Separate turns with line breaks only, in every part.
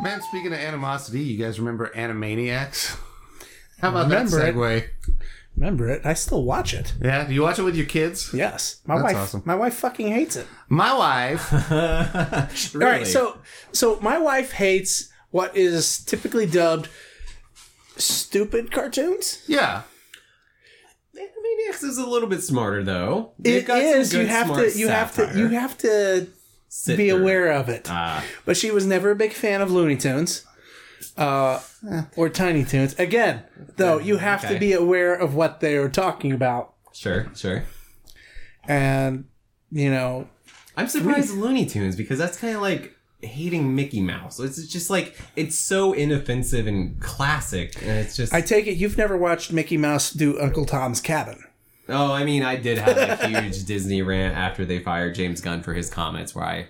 Man, speaking of animosity, you guys remember Animaniacs? How about
Remember
that
it.
segue?
Remember it? I still watch it.
Yeah, do you watch it with your kids?
Yes, my
That's
wife.
awesome.
My wife fucking hates it.
My wife.
really?
All right, so so my wife hates what is typically dubbed stupid cartoons.
Yeah.
Animaniacs is a little bit smarter though. They've
It
got some
is.
good,
You have
smart
to. You have to.
satire.
You have to
Sit
be
there.
aware of it.
Ah,
But she was never a big fan of Looney Tunes. Uh, or Tiny Tunes. Again, though, you have
Eh. Okay.
to be aware of what they are talking about.
sure, sure.
And, you know,
I'm surprised Looney Tunes because that's kind of like hating Mickey Mouse. It's just like it's so inoffensive and classic, and it's just
I take it you've never watched Mickey Mouse do Uncle Tom's Cabin.
oh, I mean, I did have a huge Disney rant after they fired James Gunn for his comments, where I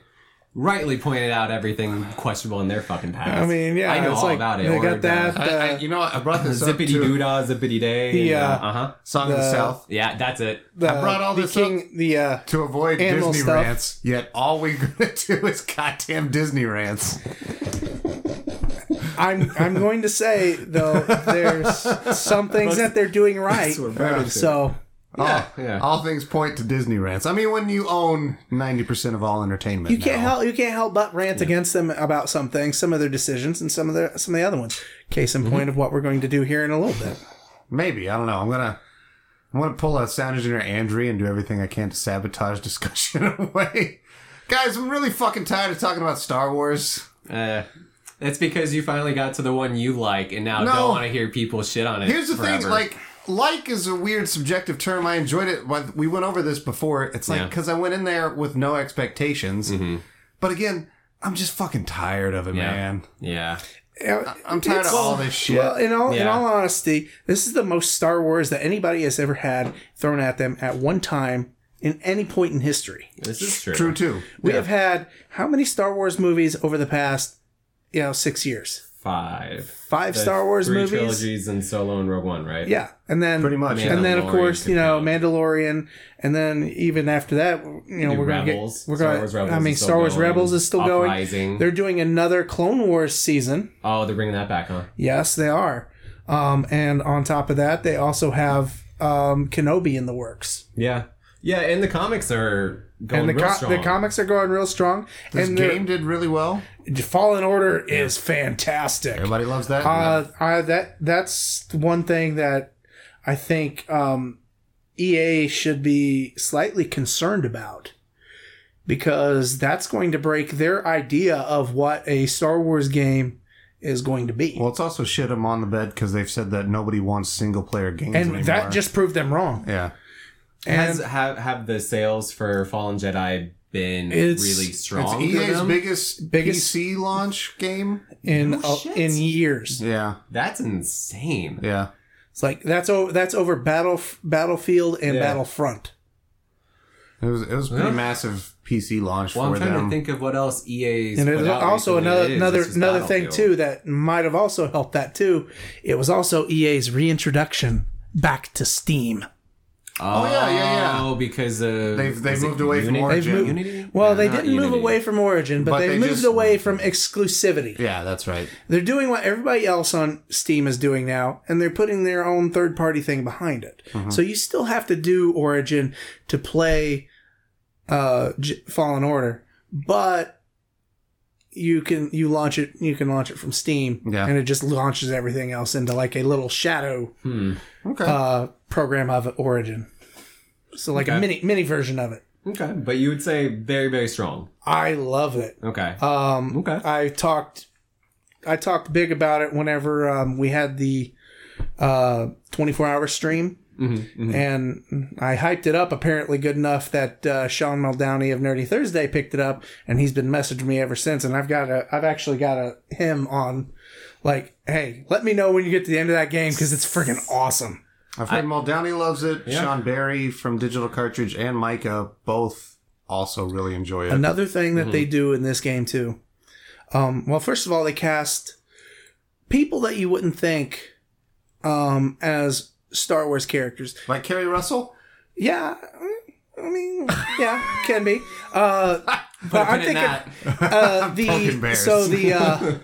rightly pointed out everything questionable in their fucking past.
I mean, yeah,
I know
it's
all
like,
about it.
they
or
got that. uh,
the
I, I, you know what? I brought this up
Zippity
to
doo dah, zippity day.
The,
Yeah,
uh,
uh huh.
Song of the
the-
South
Yeah, that's it.
The,
I brought all
the
this
king, The uh,
to avoid
Animal
Disney
stuff.
rants. Yet all we're gonna do is goddamn Disney rants.
I'm I'm going to say though, there's some things that they're doing right. So
Yeah,
all,
yeah.
all things point to Disney rants. I mean, when you own ninety percent of all entertainment,
you can't
now.
help you can't help but rant against them about some things, some of their decisions, and some of their some of the other ones. Case
Mm-hmm.
in point of what we're going to do here in a little bit.
Maybe I don't know. I'm gonna. I'm gonna pull a sound engineer Andre and do everything I can to sabotage discussion away. Guys, I'm really fucking tired of talking about Star Wars.
Uh, that's because you finally got to the one you like, and now
No.
don't want to hear people shit on it.
Here's the
forever.
thing, like like is a weird subjective term. I enjoyed it. when- We went over this before. It's like
Yeah. Mm-hmm.
because I went in there with no expectations. But again, I'm just fucking tired of it,
Yeah.
man.
yeah,
I'm tired of all this shit.
Uh, Well, in all in
Yeah.
all honesty, this is the most Star Wars that anybody has ever had thrown at them at one time in any point in history.
this is true.
True too.
We have had how many Star Wars movies over the past, you know, six years?
Five.
Five
The
Star Wars
three
movies.
trilogies, and Solo and Rogue One, right?
Yeah, and then
Pretty much,
and then of
Mandalorian
course you know
could
Mandalorian, and then even after that, you know
Do
we're gonna
Rebels.
get we're
Star
gonna.
Wars Rebels
I mean,
is still
Star Wars
going.
Rebels is still going.
Uprising.
They're doing another Clone Wars season.
Oh, they're bringing that back, huh?
Yes, they are. Um, and on top of that, they also have um, Kenobi in the works.
Yeah, yeah, and the comics are going
And the,
real
co-
strong.
the comics are going real strong.
This
and they're-
game did really well.
Fallen Order is fantastic.
Everybody loves that.
Uh, I, that that's one thing that I think um, EA should be slightly concerned about because that's going to break their idea of what a Star Wars game is going to be,
well, it's also shit. I'm on the bed because they've said that nobody wants single player games
and
anymore.
that just proved them wrong.
yeah.
Has
And
have have the sales for Fallen Jedi been
It's- E
really
It's
strong? for
EA's
them?
biggest,
Biggest-
PC launch game.
in
Oh,
uh,
shit.
in years,
Yeah,
That's insane.
yeah.
it's like that's over that's over battle battlefield and
Yeah.
Battlefront.
It was it was a pretty
Yeah.
massive PC launch
Well, I'm
for
trying
them.
to think of what else EA's
and
put
it was
out
also
recently.
another
It is.
another
This was
another thing
Battlefield.
too that might have also helped that too. It was also EA's reintroduction back to Steam.
Oh,
yeah, yeah, yeah.
Oh, because uh,
They've- they've
is it
moved away from
Unity?
Origin. They've moved-
Unity?
Well,
Yeah,
they
not E
didn't move
Unity.
away from Origin, but,
But
they,
they
moved
just-
away from exclusivity.
yeah, that's right.
They're doing what everybody else on Steam is doing now, and they're putting their own third party thing behind it. So you still have to do Origin to play uh, J- Fallen Order, but you can you launch it you can launch it from Steam,
Yeah.
and it just launches everything else into like a little shadow
Hmm.
Okay.
uh, program of Origin. So like a
Okay.
mini mini version of it.
Okay, but you would say very, very strong.
I love it.
Okay.
Um,
Okay.
I talked, I talked big about it whenever um, we had the uh, 24-hour stream,
Mm-hmm,
and I hyped it up apparently good enough that uh, Sean Muldowney of Nerdy Thursday picked it up, and he's been messaging me ever since. And I've got a, I've actually got a him on, like, hey, let me know when you get to the end of that game because it's freaking awesome.
I've heard Muldowney loves it. Sean Barry from Digital Cartridge and Micah both also really enjoy it.
Another thing that they do in this game too. Um, well, first of all, they cast people that you wouldn't think um, as Star Wars characters.
Like Kerry Russell?
Yeah, mm, I mean, yeah, can be. Uh,
Put a
but I'm
pin in
thinking
that.
uh,
poking
the
bears.
so the uh,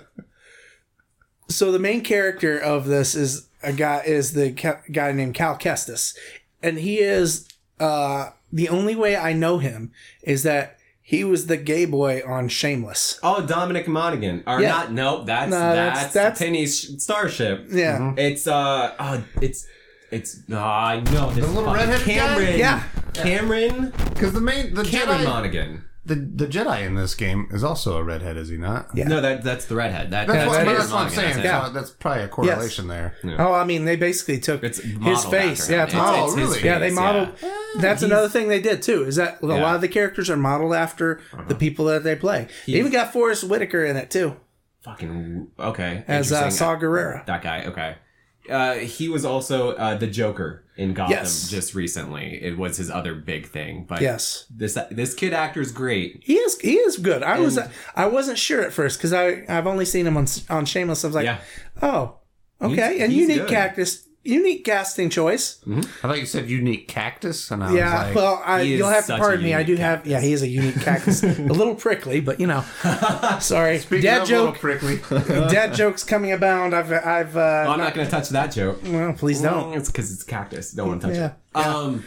so the main character of this is a guy is the ca- guy named Cal Kestis, and he is uh, the only way I know him is that he was the gay boy on Shameless.
Oh, Dominic Monaghan. Or
Yeah.
not? Nope. That's
No, that's-
that's,
that's-
Penny's sh- starship.
Yeah,
Mm-hmm.
It's uh, oh, it's it's. Oh, I know this
The little
fucking
redhead guy?
Cameron.
Yeah.
Cameron.
Because the main the
Cameron
Jedi
Monaghan.
the, the Jedi in this game is also a redhead, is he not?
Yeah.
No, that that's the redhead. That,
That's, what,
that
but
is
that's what I'm
Monaghan,
saying.
I think.
Yeah.
So that's probably a correlation there.
Oh, I mean, they basically took
It's
his
modeled
face.
after
Yeah, it's modeled.
him. It's- it's his
yeah, they
face,
modeled.
yeah.
That's another thing they did too. Is that a lot
Yeah. Uh-huh.
of the characters are modeled after the people that they play. they even got Forrest Whitaker in it too
Fucking okay.
as uh,
Interesting.
Saw Gerrera.
That guy, okay. Uh, he was also uh, the Joker in Gotham
Yes.
just recently. It was his other big thing, but
Yes,
this this kid actor's great.
he is. He is good. I was. I wasn't sure at first because I I've only seen him on on Shameless. I was like,
Yeah,
oh, okay,
He's-
and
he's
unique
good.
cactus, unique casting choice.
I thought you said unique cactus, and I
Yeah,
was like,
well, I,
He is
you'll have to
such a
pardon me. I do
unique
have. Yeah, he is a unique cactus. a little prickly, but you know. Sorry,
speaking
dad
of
joke.
little prickly,
dad jokes coming abound. I've I've
Well,
uh,
I'm not gonna touch that joke. Mm,
well, please don't.
It's because it's cactus. Don't want to touch
Yeah,
it. Um,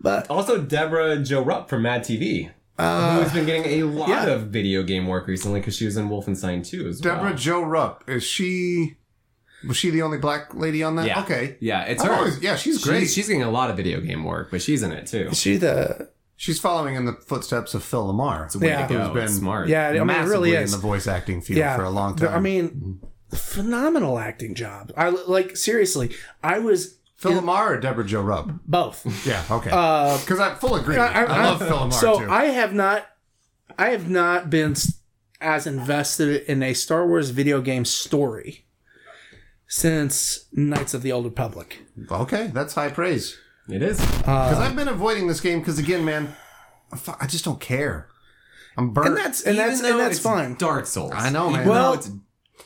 But
also Deborah Jo Rupp from Mad TV, who's been getting a lot
Uh, yeah.
of video game work recently because she was in Wolfenstein 2 as well.
Deborah Jo Rupp is she? Was she the only black lady on that?
Yeah.
Okay.
Yeah, it's
I've
her.
always- yeah, she's great.
She's, she's getting a lot of video game work, but she's in it too.
is she the
She's following in the footsteps of Phil Lamar.
It's a way
Yeah.
to go.
Who's been-
It's smart.
yeah? I mean, it
Massively
really is.
in the voice acting field
yeah,
for a long
the-
time.
I mean, phenomenal acting job. I like seriously. I was
Phil Lamar or Deborah Jo Rupp?
both.
Yeah, okay. Because I'm full agreement. I, love Phil Lamar
So
too.
Uh, I have not, I have not been s- as invested in a Star Wars video game story since Knights of the Old Republic.
okay, that's high praise.
It is.
Uh,
Because I've been avoiding this game because again, man, I fu- I just don't care. I'm burnt.
And that's and
Even
that's
though
and that's
it's
fine.
Dark Souls.
I know, man.
Even
Well-
though it's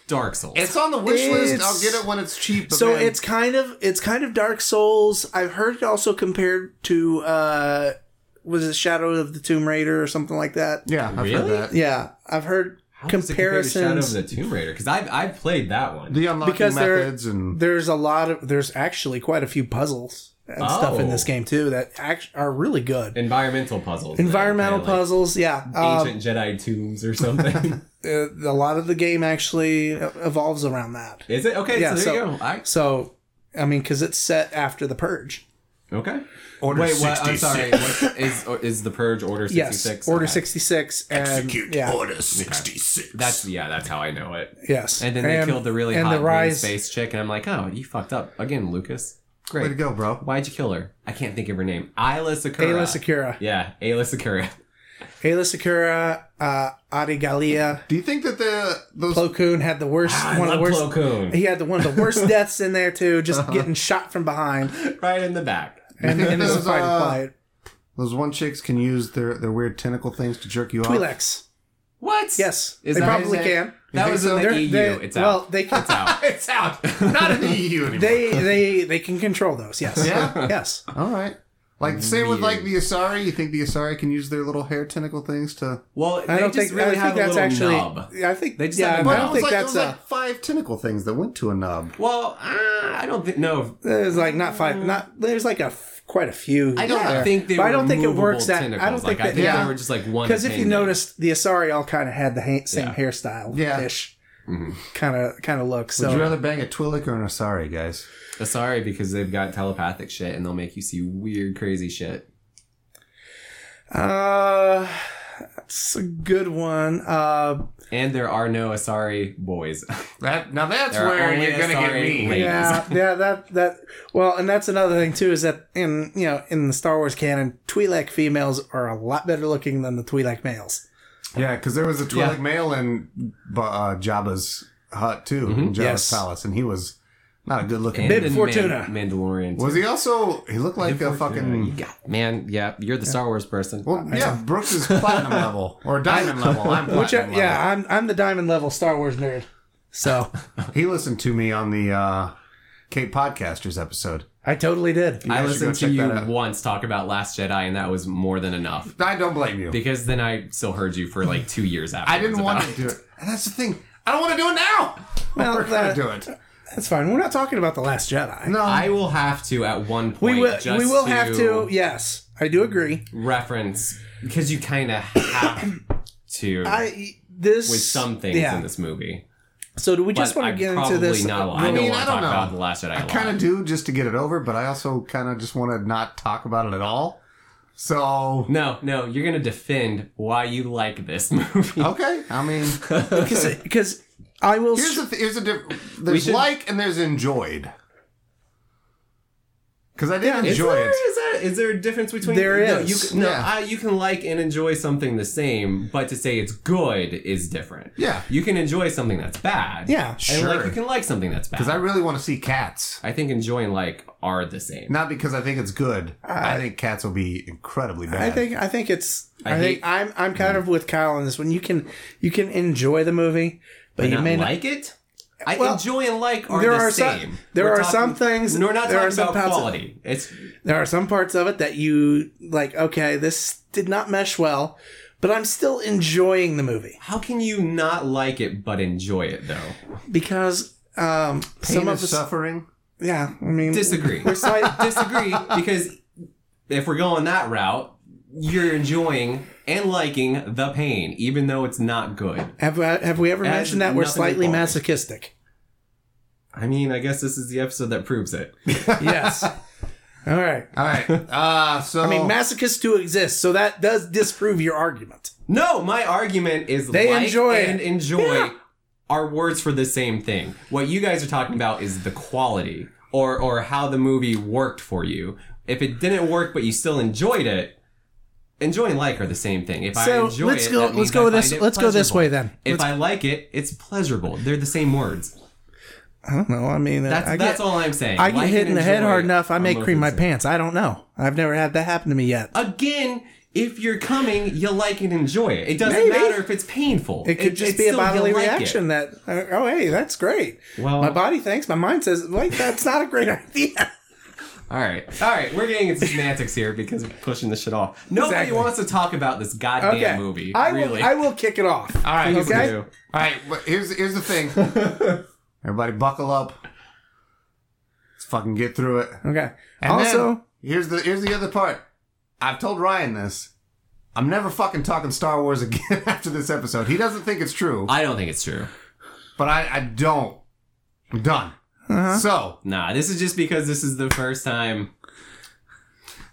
Dark Souls.
it's on the wish list.
It's-
I'll get it when it's cheap. but
So
man,
it's kind of it's kind of Dark Souls. I've heard it also compared to uh was it Shadow of the Tomb Raider or something like that.
yeah, I've
Really?
heard that.
Yeah, I've heard
How does it compare to Shadow of
comparisons
the Tomb Raider because I've I've played that one.
The unlocking
Because they're-
methods and
there's a lot of there's actually quite a few puzzles and stuff in this
Oh.
game too that act- are really good.
environmental puzzles.
Environmental
They're like
puzzles, yeah. Um,
Ancient Jedi tombs or something.
uh, a lot of the game actually evolves around that.
is it okay?
Yeah,
so there
so-
you go. I,
So, I mean, because it's set after the Purge.
okay.
Order
Wait, what? I'm sorry. What, is or- is the Purge Order sixty
Yes,
six?
Order sixty six. Execute. Yeah,
Order sixty six.
That's yeah. That's how I know it.
yes.
And then they killed the really
and
hot
the rise.
space chick, and I'm like, oh, you fucked up again, Lucas.
way
Great.
to go, bro.
Why'd you kill her? I can't think of her name. Ayla Sakura.
Ayla Sakura.
Yeah, Ayla Sakura.
Ayla Sakura. Uh, Adi Gallia.
Do you think that the those
Plo Koon had the worst.
Ah, I
one of
love
the worst.
Plo Koon. Uh-huh.
He had the, one of the worst deaths in there too, just getting shot from behind,
right in the back.
and,
think
and it
those,
was fine
uh,
quiet.
those one chicks can use their, their weird tentacle things to jerk you off?
Twi'leks.
What?
Yes,
Is
they
that-
probably
is
can.
That
You
was
think
in
so?
the
They're-
EU.
they-
it's
well,
out.
they can.
it's out.
It's out. Not in the EU anymore.
They they they can control those. Yes.
Yeah?
Yes.
All right. Like same with like the Asari. You think the Asari can use their little hair tentacle things to?
Well,
I
they
don't
just
think
really
I
have
think that's
a little
actually.
nub.
I think
They just
yeah.
have a
I
knob.
don't
It was
think
like,
that's
it was
a.
like five tentacle things that went to a nub.
Well, uh, I don't think no.
There's like not five. Not there's like a f- quite a few.
I don't
there.
think they.
But
were
I don't think it
movable
works that.
Tentacles.
I don't think
like, I
that.
think
yeah.
they were just like one.
Because if you
appendage.
noticed, the Asari all kind of had the ha- same
Yeah.
hairstyle.
Yeah.
Ish.
Mm-hmm.
Kind of kind of look.
Would
So
you rather bang a Twi'lek or an Asari, guys?
Uh, sorry, because they've got telepathic shit and they'll make you see weird, crazy shit.
uh, that's a good one. Uh,
And there are no Asari boys.
That now that's
There are only Asari ladies.
yeah, yeah. That that. Well, and that's another thing too is that in you know in the Star Wars canon, Twi'lek females are a lot better looking than the Twi'lek males.
Yeah, because there was a Twi'lek
Yeah.
male in uh, Jabba's hut too, in Jabba's
Mm-hmm. Yes.
palace, and he was not a good looking.
And
Bib
in
Fortuna.
Man- Mandalorian.
Was he also? He looked like a
Yeah, you
fucking.
got- man, yeah, you're the Star Wars person.
Well, yeah, Brooks is platinum level or diamond level. I'm platinum
Which I,
level.
yeah, I'm I'm the diamond level Star Wars nerd. So
He listened to me on the uh, Kate Podcasters episode.
I totally did.
I
guys should
listened
go
to
check
you
that out.
once talk about Last Jedi, and that was more than enough.
I don't blame you.
Because then I still heard you for like two years after.
I didn't want to do it. And that's the thing. I don't want to do it now.
Well,
We're gonna
that-
do it.
That's fine. We're not talking about the Last Jedi.
No,
I will have to at one point.
we will.
just
We will have to. Yes, I do agree.
reference because you kind of have to
I this
with some things
yeah.
in this movie.
So do we just
But
want
I
to get into
probably
this?
Not a lot. I
mean, I
don't want
don't
to talk
know.
about the Last Jedi.
I kind of do just to get it over, but I also kind of just want to not talk about it at all. So
No, no, you're gonna defend why you like this movie.
okay, I mean,
Because I will.
here's
s-
the th- here's the diff- there's
should-
like and there's enjoyed. Because I did
Is
enjoy
there,
it.
is, that, is there a difference between
There
no,
is.
You can, no,
Yeah.
I, you can like and enjoy something the same, but to say it's good is different.
Yeah.
you can enjoy something that's bad.
Yeah,
and like
sure.
you can like something that's bad.
Because I really want to see cats.
I think enjoy and like are the same.
Not because I think it's good. I think cats will be incredibly bad.
I think. I think it's. I,
I
think
hate- Mm.
I'm. I'm kind of with Kyle on this one. You can. You can enjoy the movie, but you
not
may not.
like it. I
Well,
enjoy and like are
there
the
are some-
same.
there
We're
are some things-
We're not
there are
talking
some
about
parts of-
quality. It's
There are some parts of it that you like. Okay, this did not mesh well, but I'm still enjoying the movie
how can you not like it but enjoy it though?
because
Pain
um, some of
is
the
suffering.
Yeah, I mean,
Disagree.
we're slight-
Disagree because if we're going that route, you're enjoying and liking the pain, even though it's not good.
have have we ever
It has
mentioned that we're
nothing to
slightly
do with
masochistic?
I mean, I guess this is the episode that proves it.
yes. All right.
All right. Uh, so
I mean, masochists do exist, so that does disprove your argument.
No, my argument is
They
like
enjoy it.
and enjoy are words for the same thing. What you guys are talking about is the quality or or how the movie worked for you. If it didn't work but you still enjoyed it, enjoy and like are the same thing. If I
So
enjoy
let's
it,
go.
that
Let's
means I
go
find
this.
it
Let's go this
pleasurable.
way then.
If I like it, it's pleasurable. They're the same words.
I don't know. I mean, uh,
That's
I
that's
get,
all I'm saying.
I get
Like
hit
and
in the head
enjoy
hard enough. I
are
may
both
cream
the
my
same.
pants. I don't know. I've never had that happen to me yet.
Again, if you're coming, you like and enjoy it. It doesn't
Maybe.
matter if it's painful.
It could just
it's
be a
still you
bodily
like it.
reaction that, uh, oh, hey, that's great.
Well-
my body thinks, my mind says, wait, that's not a great idea.
All right, all right. We're getting into semantics here because we're pushing this shit off. Nobody
Exactly.
wants to talk about this goddamn
Okay.
movie.
I
really,
will, I will kick it off.
all right.
Please
okay.
do.
All right. But here's here's the thing. Everybody, buckle up. Let's fucking get through it.
Okay.
And
also,
then, here's the here's the other part. I've told Ryan this. I'm never fucking talking Star Wars again after this episode. He doesn't think it's true,
I don't think it's true.
but I, I don't. I'm done.
Uh-huh.
So
Nah, this is just because this is the first time.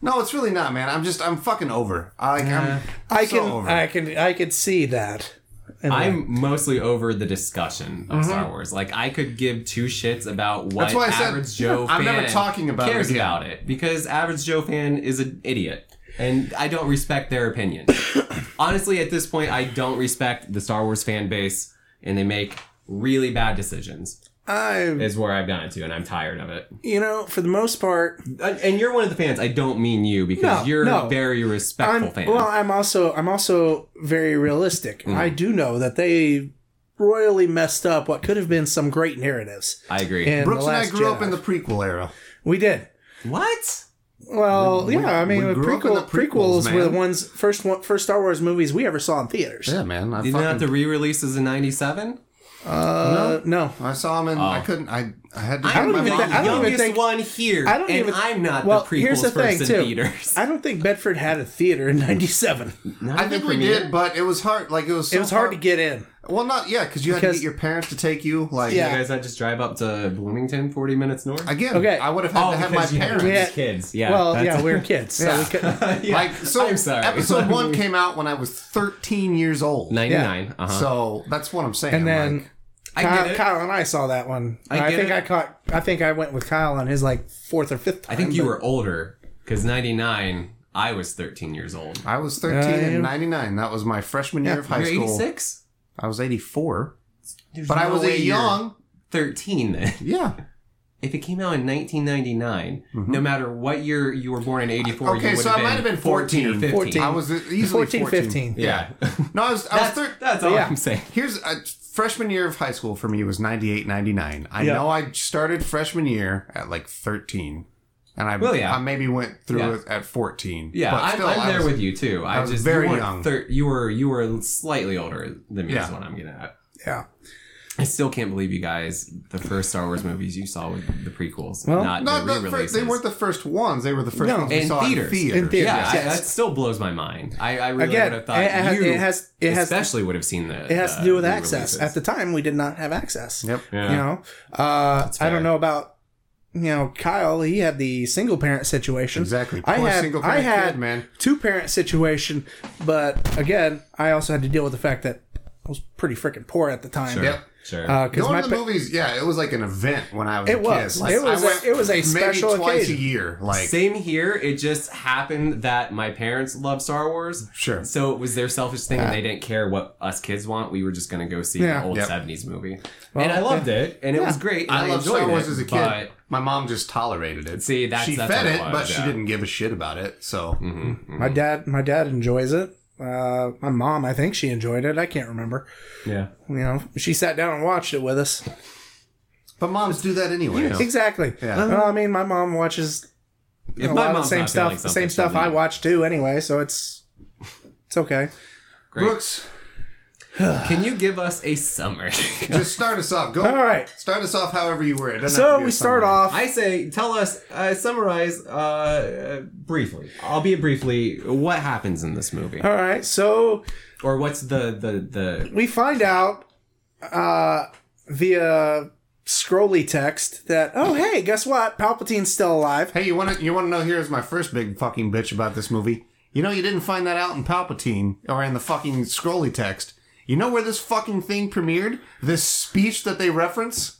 no, it's really not, man. I'm just I'm fucking over. I, like, I'm
I
so
can,
over.
I can, I could see that.
I'm mostly over the discussion of Star Wars. Like, I could give two shits about what
Mm-hmm. That's why I said,
average Joe
I'm
fan
never talking about it
cares
again.
about it because average Joe fan is an idiot, and I don't respect their opinion. Honestly, at this point, I don't respect the Star Wars fan base, and they make really bad decisions.
I,
is where I've gotten to, and I'm tired of it.
you know, for the most part,
And- And you're one of the fans. I don't mean you because
No,
you're
no.
a very respectful
I'm,
fan.
well, I'm also, I'm also very realistic. I
Mm-hmm.
do know that they royally messed up what could have been some great narratives.
I agree.
in
Brooks
the
and I
Last
grew up
Jedi.
in the prequel era.
We did.
what?
Well,
We- we-
yeah, I mean,
we
with
grew up in
prequel,
the
prequels,
prequels,
were the
man.
ones first one, first Star Wars movies we ever saw in theaters.
Yeah, man. I
Didn't
fucking,
have the re-releases in '97.
Uh, no,
I saw him and
Oh.
I couldn't. I I had to.
I'm
get
don't
my
the
even
mom
think- I
to
don't
go.
youngest
even think-
one here,
I don't
and
even.
I'm not
well,
the prequels
here's the thing,
first
too.
in theaters.
I don't think Bedford had a theater in '97.
Not
I
even
think we
premiere.
did, but it was hard. Like it was. So
It was hard to get in.
Well, not yeah, because you had to
Because-
get your parents to take you. Like
Yeah.
You guys, I just drive up to Bloomington, 40 minutes north.
again,
Okay.
I would have had to have my
Oh, because you had
parents.
Yeah.
kids. Yeah.
well,
that's-
yeah, we were kids, so we could.
yeah.
Like so,
I'm sorry.
episode one came out when I was 13 years old.
99. Uh-huh.
So that's what I'm saying.
And then
like,
I
Kyle,
get it.
Kyle and I saw that one. I,
get
think
it.
I caught. I think I went with Kyle on his like fourth or fifth. Time,
I think you
but-
were older because 99. I was 13 years old.
I was 13
Yeah, Uh, yeah.
and 99. That was my freshman year of high
You're
school.
86.
I was 84, but I was a
young.
young.
13 then.
Yeah.
If it came out in 1999, no matter what year you were born in 84,
Mm-hmm. Okay,
you would
so
have
I
been
might have been
14 or
14.
15.
14.
I was easily
14,
14,
15.
Yeah.
No, I was. I was
that's,
thir-
that's all
yeah.
I'm saying.
Here's uh freshman year of high school for me was 98, 99. I
Yeah.
know I started freshman year at like 13, and I
Well, yeah.
I maybe went through
Yeah.
it at 14.
Yeah,
but
I'm,
still,
I'm
I
there
was-
with you too. I,
was
just
very
you weren't
young.
Thir- you were you were slightly older than me. Is
Yeah.
what I'm getting at.
Yeah.
I still can't believe you guys. The first Star Wars movies you saw with the prequels,
Well,
not,
Not
the
the first,
re-releases.
they weren't the first ones. They were the first
No.
ones we
In
saw
theaters.
in theaters.
In theaters.
yeah, I-
Yes.
that still blows my mind. I, I really
Again,
would have thought
it has-
you
it has- it has-
especially would have seen the.
It has
the
to do with
re-releases.
access. At the time, we did not have access.
Yep.
Yeah.
You know, uh, I
fair.
don't know about you know Kyle. He had the single parent situation.
Exactly.
I
Poor
had
single-parent
I had
kid, man.
two parent situation, but again, I also had to deal with the fact that I was pretty freaking poor at the time.
Sure.
Yep. Uh,
Sure.
Because
Going
my
to the
pa-
movies, yeah, it was like an event when I was
It
a kid.
was.
Like,
It was
I
a-
went
it was a
maybe
special
twice
occasion.
a year. Like
Same here. It just happened that my parents love Star Wars.
Sure.
So it was their selfish thing, and they didn't care what us kids want. We were just going to go see
Yeah.
an old
Yep.
'70s movie, and I loved it, and it was great. And
I loved
enjoyed
Star Wars
it,
as a kid.
but-
My mom just tolerated it.
See, that's-
she
that's
fed
what it
it,
was,
but she
yeah. Mm-hmm.
didn't give a shit about it. So
my dad my dad enjoys it. Uh, my mom, I think she enjoyed it. I can't remember.
yeah.
You know, she sat down and watched it with us.
But moms do that anyway.
Exactly.
Yeah.
Well, I mean, my mom watches
If
a lot
my
of the
mom's
same
not
stuff.
feeling
The
something,
same stuff
she'll
I
leave.
watch too. Anyway, so it's it's okay.
Great.
Brooks,
Can you give us a summary?
just start us off. Go.
All right.
Start us off however you were. It doesn't have to
So
be a
we start
summary.
off.
I say, tell us, uh, summarize uh, uh, briefly. I'll be briefly. What happens in this movie,
All right. So
or what's the the the?
we find out uh, via scrolly text that oh hey guess what Palpatine's still alive.
Hey, you want to you want to know? Here's my first big fucking bitch about this movie. You know, you didn't find that out in Palpatine or in the fucking scrolly text. You know where this fucking thing premiered? This speech that they reference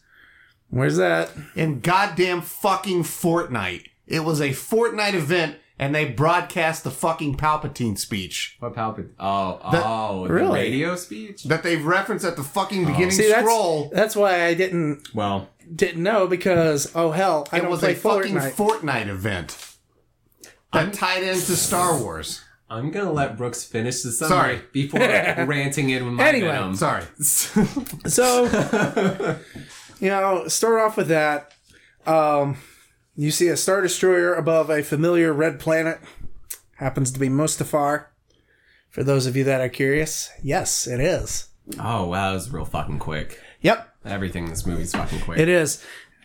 Where's that?
in goddamn fucking Fortnite. It was a Fortnite event, and they broadcast the fucking Palpatine speech
What Palpatine? Oh,
The-
oh, the
Really?
radio speech.
that they reference at the fucking beginning
Oh. See that's
scroll.
that's why I didn't
Well,
didn't know because oh hell I
it
don't
was
play
a fucking
Fortnite.
Fortnite event that tied into Star Wars.
I'm gonna let Brooks finish the summary
Sorry.
before ranting in with my
Anyway.
venom.
Sorry.
So, you know, start off with that. Um, you see a Star Destroyer above a familiar red planet. Happens to be Mustafar. For those of you that are curious, yes, it is.
Oh wow, that was real fucking quick.
Yep,
Everything in this movie's fucking quick.
it is.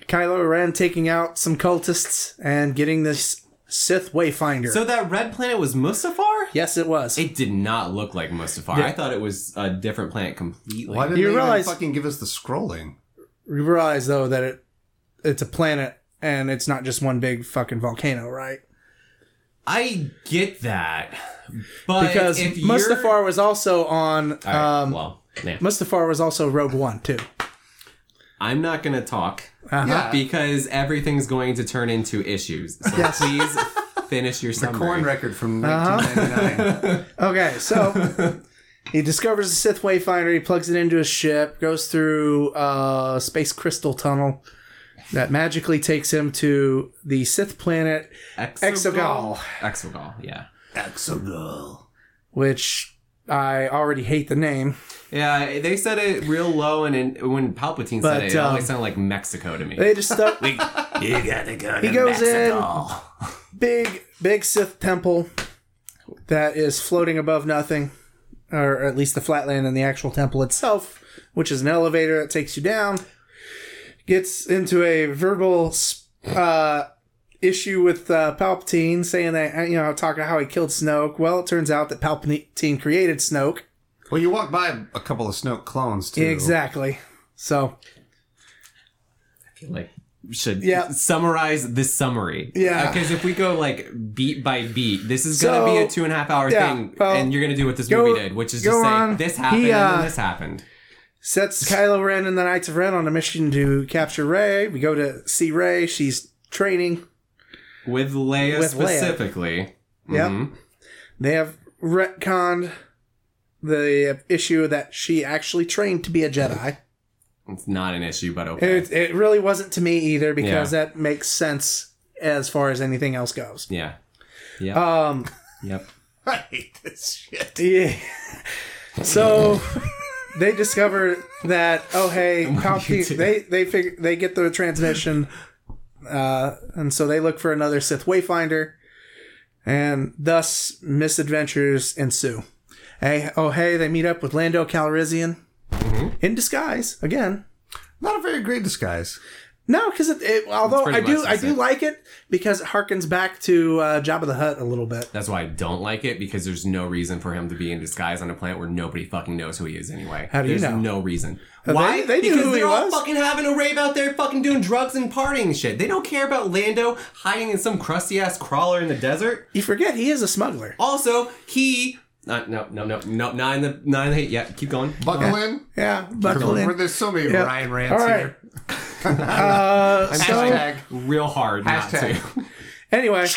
Kylo Ren taking out some cultists and getting this Sith Wayfinder.
so that red planet was Mustafar.
yes, it was.
It did not look like Mustafar. I thought it was a different planet completely.
Why didn't
You
they
realize-
even fucking give us the scrolling?
you realize though that it it's a planet and it's not just one big fucking volcano, right?
I get that, but
Because
if you're-
Mustafar was also on
All right,
um,
well, yeah.
Mustafar was also Rogue One too.
I'm not gonna talk
Uh-huh. Uh,
Yeah,
because everything's going to turn into issues. So please finish your summary.
corn record from
Uh-huh.
1999.
Okay, so he discovers the Sith Wayfinder. He plugs it into his ship, goes through a space crystal tunnel that magically takes him to the Sith planet Exegol.
Exegol. Yeah.
Exogirl.
which I already hate the name.
Yeah, they said it real low, and in, when Palpatine
But,
said it, it
um,
always sounded like Mexico to me.
They just stuck
you gotta go
He goes in big big Sith temple that is floating above nothing, or at least the flatland and the actual temple itself, which is an elevator that takes you down. Gets into a verbal uh, issue with uh, Palpatine, saying that you know talking about how he killed Snoke. Well, it turns out that Palpatine created Snoke.
Well, you walk by a couple of Snoke clones too.
Exactly. So
Like, should
Yeah.
summarize this summary.
Yeah.
Because if we go like beat by beat, this is gonna be
So-
a two and a half hour
yeah,
thing,
well,
and you're gonna do what this
go-
movie did, which is
go
just say
on.
this happened
He,
and
uh,
then this happened.
sets Kylo Ren and the Knights of Ren on a mission to capture Rey. We go to see Rey. She's training.
With Leia
with Leia.
specifically.
Yep.
Mhm.
They have retconned the issue that she actually trained to be a Jedi.
It's not an issue, but okay.
It, it really wasn't to me either because that makes sense as far as anything else goes.
yeah. Yep.
Um,
yep.
I hate this shit.
yeah. So they discover that oh hey,
do?
Palpatine. They they figure they get the transmission, uh, and so they look for another Sith Wayfinder, and thus misadventures ensue. Hey oh hey, they meet up with Lando Calrissian.
Mm-hmm.
in disguise again.
Not a very great disguise.
No, because it, it, although
pretty
I do,
much
I
the
do
same.
like it because it harkens back to uh, Jabba the Hutt a little bit.
That's why I don't like it because there's no reason for him to be in disguise on a planet where nobody fucking knows who he is anyway.
How do you
there's
know?
No reason.
Uh,
why?
they- they knew
because
who he
they're all
was.
fucking having a rave out there, fucking doing drugs and partying and shit. They don't care about Lando hiding in some crusty ass crawler in the desert.
You forget he is a smuggler.
Also, he. Uh, no, no, no, no, not in the, not in the, yeah, keep going.
Buckle in.
Yeah, buckle
Where
in.
There's so many
Yeah.
Ryan rants
All right.
here.
Uh, so
Hashtag.
Real hard
Hashtag.
not to.
anyway,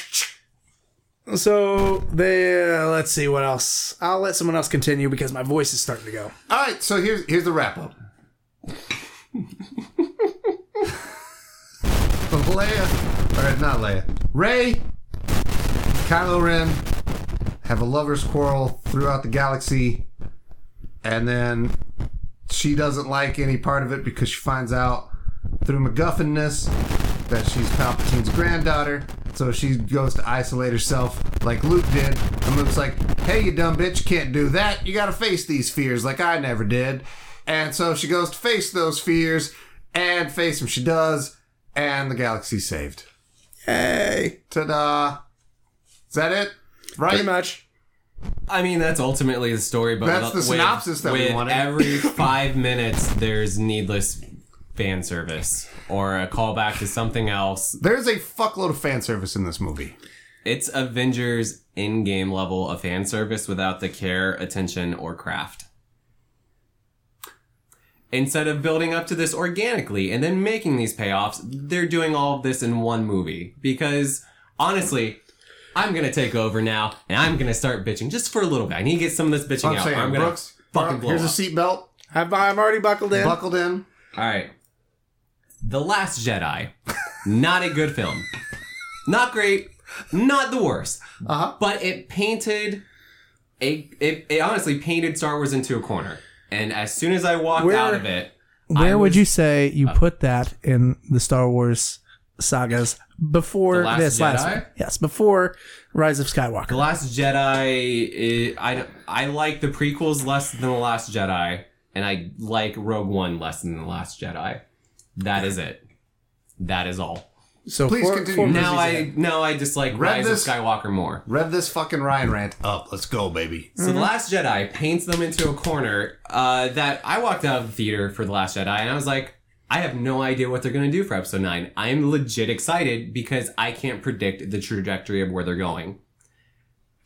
so they uh, let's see what else. I'll let someone else continue because my voice is starting to go.
All right, so here's here's the wrap up. Leia, or not Leia, Ray, Kylo Ren have a lovers' quarrel throughout the galaxy, and then she doesn't like any part of it because she finds out through MacGuffinness that she's Palpatine's granddaughter. So she goes to isolate herself like Luke did. And Luke's like, hey, you dumb bitch, you can't do that. You gotta face these fears like I never did. And so she goes to face those fears and face them. She does. And the galaxy's saved.
Hey,
Ta da. Is that it? Right?
pretty much.
I mean, that's ultimately the story, but
That's
with-
the synopsis that we
with
wanted.
Every five minutes, there's needless fan service or a callback to something else
There's a fuckload of fan service in this movie.
It's Avengers in-game level of fan service without the care, attention, or craft. Instead of building up to this organically and then making these payoffs, they're doing all of this in one movie. Because honestly, I'm gonna take over now and I'm gonna start bitching just for a little bit. I need to get some of this bitching
I'm
out.
saying,
I'm gonna
Brooks,
fucking blow
here's
up.
a seatbelt,
I've, I'm already buckled in.
buckled in.
All right. The Last Jedi. not a good film. Not great. Not the worst.
Uh-huh.
But it painted a it, it honestly painted Star Wars into a corner. And as soon as I walked
Where-
out of it, I
Where would
was-
you say you put that in the Star Wars sagas before
The Last
this last
Jedi?
one? Yes, before Rise of
The
Skywalker.
Last Jedi, i I I like the prequels less than the Last Jedi, and I like Rogue One less than the Last Jedi. That is it. That is all.
So
Please
four-
continue.
four
Now
movies
I now I dislike
Read
Rise
this-
of Skywalker more.
Rev this fucking Ryan rant up. Let's go, baby.
So the Last Jedi paints them into a corner. Uh, that I walked out of the theater for the Last Jedi, and I was like, I have no idea what they're going to do for Episode Nine. I am legit excited because I can't predict the trajectory of where they're going.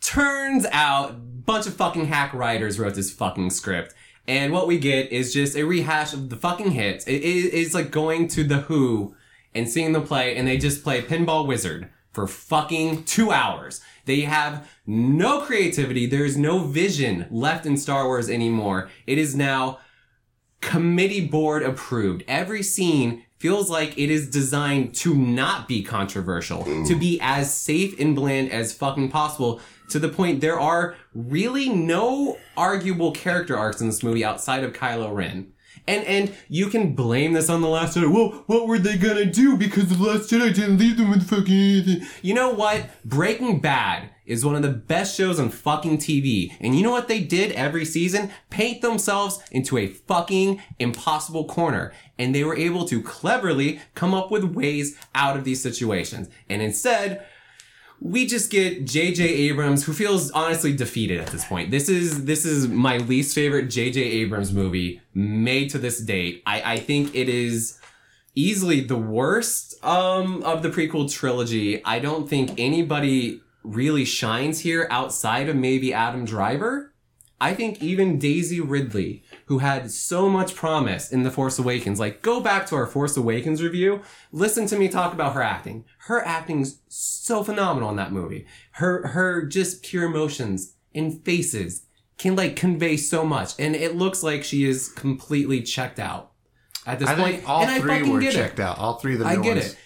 Turns out, bunch of fucking hack writers wrote this fucking script. And what we get is just a rehash of the fucking hits. It is it's like going to the Who and seeing them play, and they just play Pinball Wizard for fucking two hours. They have no creativity. There is no vision left in Star Wars anymore. It is now committee board approved. Every scene feels like it is designed to not be controversial, to be as safe and bland as fucking possible. To the point, there are really no arguable character arcs in this movie outside of Kylo Ren. And and you can blame this on the Last Jedi. Well, what were they gonna do? Because the Last Jedi didn't leave them with fucking anything. You know what? Breaking Bad is one of the best shows on fucking TV. And you know what they did every season? Paint themselves into a fucking impossible corner. And they were able to cleverly come up with ways out of these situations. And instead, we just get JJ Abrams who feels honestly defeated at this point. This is this is my least favorite JJ Abrams movie made to this date. I I think it is easily the worst um of the prequel trilogy. I don't think anybody really shines here outside of maybe Adam Driver. I think even Daisy Ridley, who had so much promise in The Force Awakens, like go back to our Force Awakens review, listen to me talk about her acting. Her acting's so phenomenal in that movie. Her her just pure emotions and faces can like convey so much. And it looks like she is completely checked out at this
I
point.
think all
and I
three
fucking
were
get it.
checked out. All three of the new
I get
ones.
it.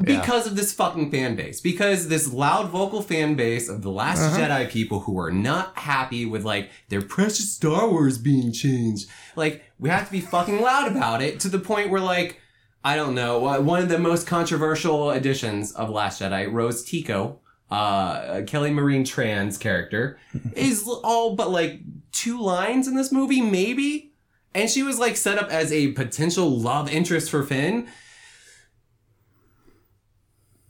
Because of this fucking fan base. Because this loud vocal fan base of the Last
Uh-huh.
Jedi people who are not happy with like their precious Star Wars being changed. Like, we have to be fucking loud about it to the point where like, I don't know, uh, one of the most controversial editions of Last Jedi, Rose Tico, uh, Kelly Marine Tran's character, is all but like two lines in this movie, maybe? and she was like set up as a potential love interest for Finn.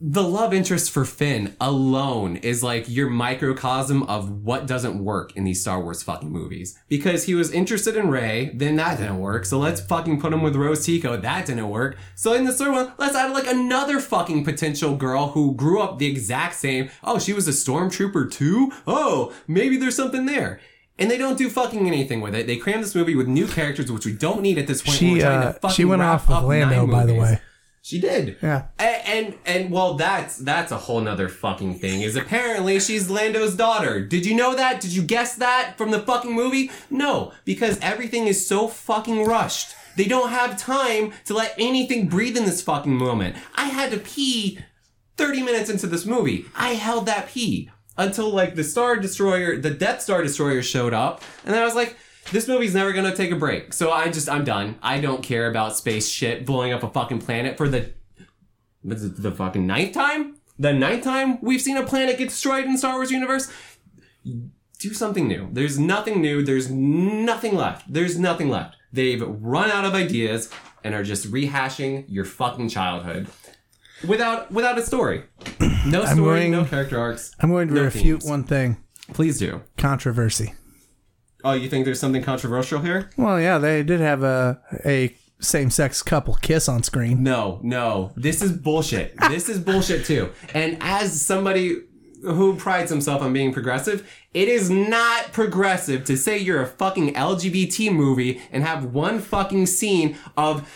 The love interest for Finn alone is like your microcosm of what doesn't work in these Star Wars fucking movies. Because he was interested in Rey, then that didn't work. So let's fucking put him with Rose Tico, that didn't work. So in the third one, let's add like another fucking potential girl who grew up the exact same. Oh, she was a stormtrooper too? Oh, maybe there's something there. And they don't do fucking anything with it. They cram this movie with new characters, which we don't need at this point.
She,
We're trying to
uh,
fucking
she went
wrap
off with
up
Lando,
nine
by the
movies.
way.
She did.
Yeah.
A- And, and well, that's that's a whole nother fucking thing. Is apparently she's Lando's daughter. Did you know that? Did you guess that from the fucking movie? No, because everything is so fucking rushed. They don't have time to let anything breathe in this fucking moment. I had to pee 30 minutes into this movie. I held that pee until like the Star Destroyer, the Death Star Destroyer showed up, and then I was like, this movie's never gonna take a break. So I just, I'm done. I don't care about space shit blowing up a fucking planet for the was it the fucking ninth time? The ninth time we've seen a planet get destroyed in Star Wars universe? Do something new. There's nothing new. There's nothing left. There's nothing left. They've run out of ideas and are just rehashing your fucking childhood without without a story. No story,
going-
no character arcs.
I'm going to
no
refute
themes.
one thing:
Please do.
controversy.
Oh, you think there's something controversial here?
Well, yeah, they did have a a same sex couple kiss on screen.
No, no. This is bullshit. this is bullshit too. And as somebody who prides himself on being progressive, it is not progressive to say you're a fucking LGBT movie and have one fucking scene of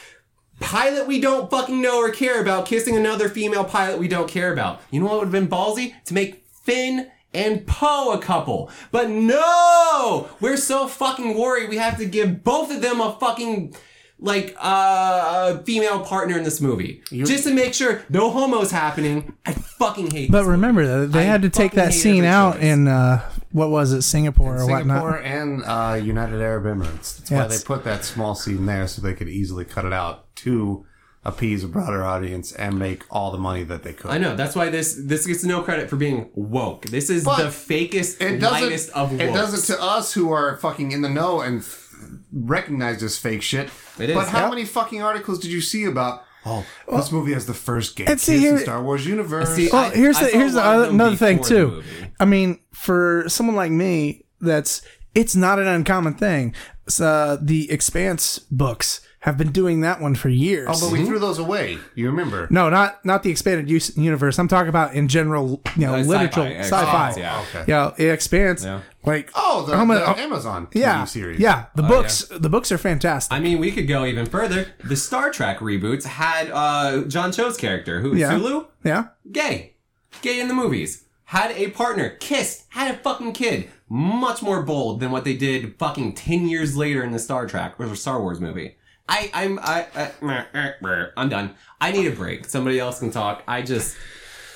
pilot we don't fucking know or care about kissing another female pilot we don't care about. You know what would have been ballsy? To make Finn and Poe a couple. But no! We're so fucking worried we have to give both of them a fucking like uh, a female partner in this movie. Just to make sure no homo's happening. I fucking hate
But
this
remember, though, they
I
had to take
fucking
that
hate
scene
every
out
choice.
in uh, what was it, Singapore or
Singapore
whatnot?
and uh, United Arab Emirates. That's why
Yes.
they put that small scene there so they could easily cut it out to appease a broader audience and make all the money that they could.
I know. That's why this this gets no credit for being woke. This is
But
the fakest,
It
lightest
doesn't.
of woke.
it doesn't to us who are fucking in the know and f- recognize this fake shit.
It is.
But how
Yep.
many fucking articles did you see about? Oh, this movie has the first gay
and
kiss
see
in
here-
Star Wars universe. Oh,
see-
Well, oh,
I-
here's
I
the
saw
here's the
one of
other,
them
another thing
before the
too.
movie.
I mean, for someone like me, that's it's not an uncommon thing. So, uh, the Expanse books have been doing that one for years.
Oh,
mm-hmm.
but we threw those away. You remember?
no, not not the expanded use, universe. I'm talking about in general, you know,
Uh,
literature,
sci-fi,
sci-fi.
Expanse, yeah.
Okay.
You know, it expands. Like
Oh, the,
how many-
the
oh,
Amazon
yeah,
TV series.
Oh, yeah. The books, the books are fantastic.
I mean, we could go even further. The Star Trek reboots had uh, John Cho's character, who
Yeah.
Sulu,
yeah,
gay, gay in the movies, had a partner, kissed, had a fucking kid. Much more bold than what they did fucking ten years later in the Star Trek or the Star Wars movie. I, I'm, I, I, meh, eh, meh. I'm done. I need a break. Somebody else can talk. I just,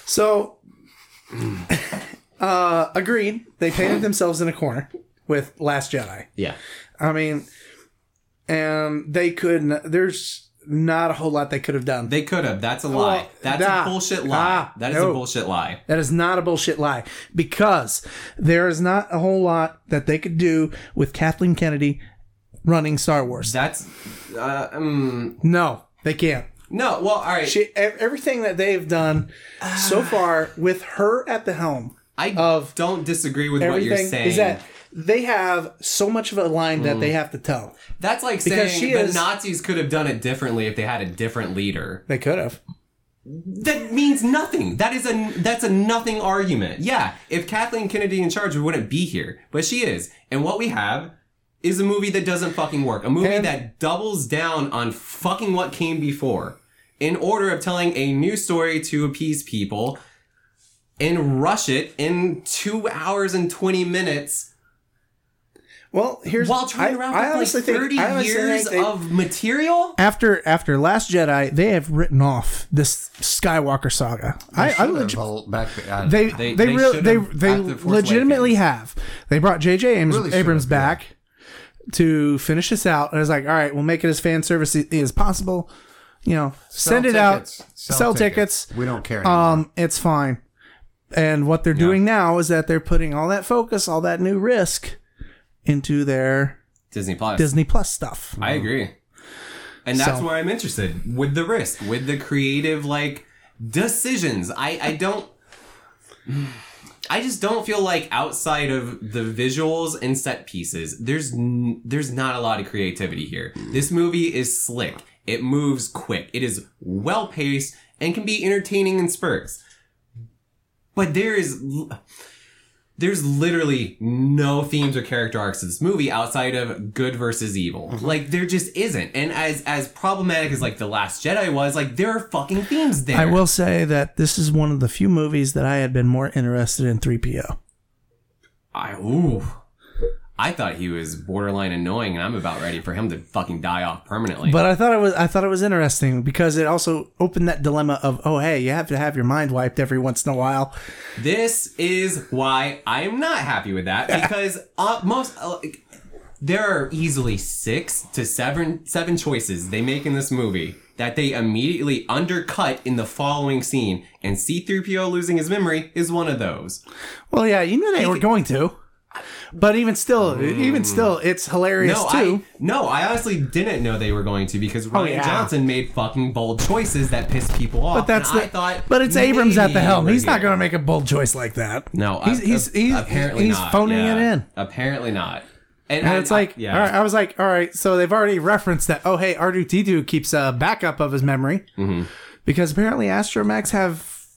So, uh, agreed. They painted themselves in a corner with Last Jedi.
yeah.
I mean, and they could. not There's not a whole lot they could have done.
They could have. That's a lie.
Well,
That's
nah,
a bullshit lie.
nah,
that is
no.
a bullshit lie.
that is not a bullshit lie because there is not a whole lot that they could do with Kathleen Kennedy running Star Wars.
That's, uh, um,
No, they can't.
no. Well, all right.
She, e- everything that they've done so far with her at the helm
I
of
don't disagree with what
everything
you're saying.
is that they have so much of a line that they have to tell.
That's like
Because
saying
she
the
is-
Nazis could have done it differently if they had a different leader.
They could have.
That means nothing. That is a that's a nothing argument. Yeah, if Kathleen Kennedy in charge, we wouldn't be here, but she is. And what we have is a movie that doesn't fucking work. A movie
And-
that doubles down on fucking what came before in order of telling a new story to appease people and rush it in 2 hours and 20 minutes
Well, here's
while trying to wrap up like 30
I honestly think
years
they-
of material?
after after Last Jedi, they have written off this Skywalker saga. I, I
Should've
legit.
held back the- I-
They they
They-
they
they
real-
should
they,
have
they
after Force
legitimately have. They brought J.J. Abrams,
Really should
Abrams
have, yeah.
back to finish this out, and I was like, all right, we'll make it as fan service i- as possible. You know,
Sell uh,
send it out,
tickets.
sell, tickets.
We don't care.
Um, it's fine. And what they're doing now is that they're putting all that focus, all that new risk, into their
Disney Plus.
Disney Plus stuff.
I agree. And that's
So-
where I'm interested with the risk, with the creative like decisions. I I don't I just don't feel like outside of the visuals and set pieces, there's n- there's not a lot of creativity here. This movie is slick. It moves quick. It is well paced and can be entertaining in spurts. But there is l- there's literally no themes or character arcs to this movie outside of good versus evil.
Mm-hmm.
Like there just isn't. And as as problematic as like the Last Jedi was, like there are fucking themes there.
I will say that this is one of the few movies that I had been more interested in 3PO.
I ooh. I thought he was borderline annoying, and I'm about ready for him to fucking die off permanently.
But I thought it was I thought it was interesting because it also opened that dilemma of oh hey you have to have your mind wiped every once in a while.
This is why I'm not happy with that because uh, most uh, like, there are easily six to seven seven choices they make in this movie that they immediately undercut in the following scene, and C-3PO losing his memory is one of those.
Well yeah you knew they were going to, but even still even still it's hilarious
No,
too.
I no, I honestly didn't know they were going to because Ryan
Oh, yeah.
Johnson made fucking bold choices that pissed people off.
But that's
and
the,
I thought,
But it's Abrams at the
maybe
helm.
we're
He's not
here.
going to make a bold choice like that.
No,
he's
I-
he's,
ap-
he's
apparently
he's
not.
phoning
Yeah.
it in.
Apparently not. And,
And
I-
it's like,
yeah.
all right, I was like, all right, so they've already referenced that. Oh, hey, R2 D2 keeps a backup of his memory
Mm-hmm.
because apparently Astromax have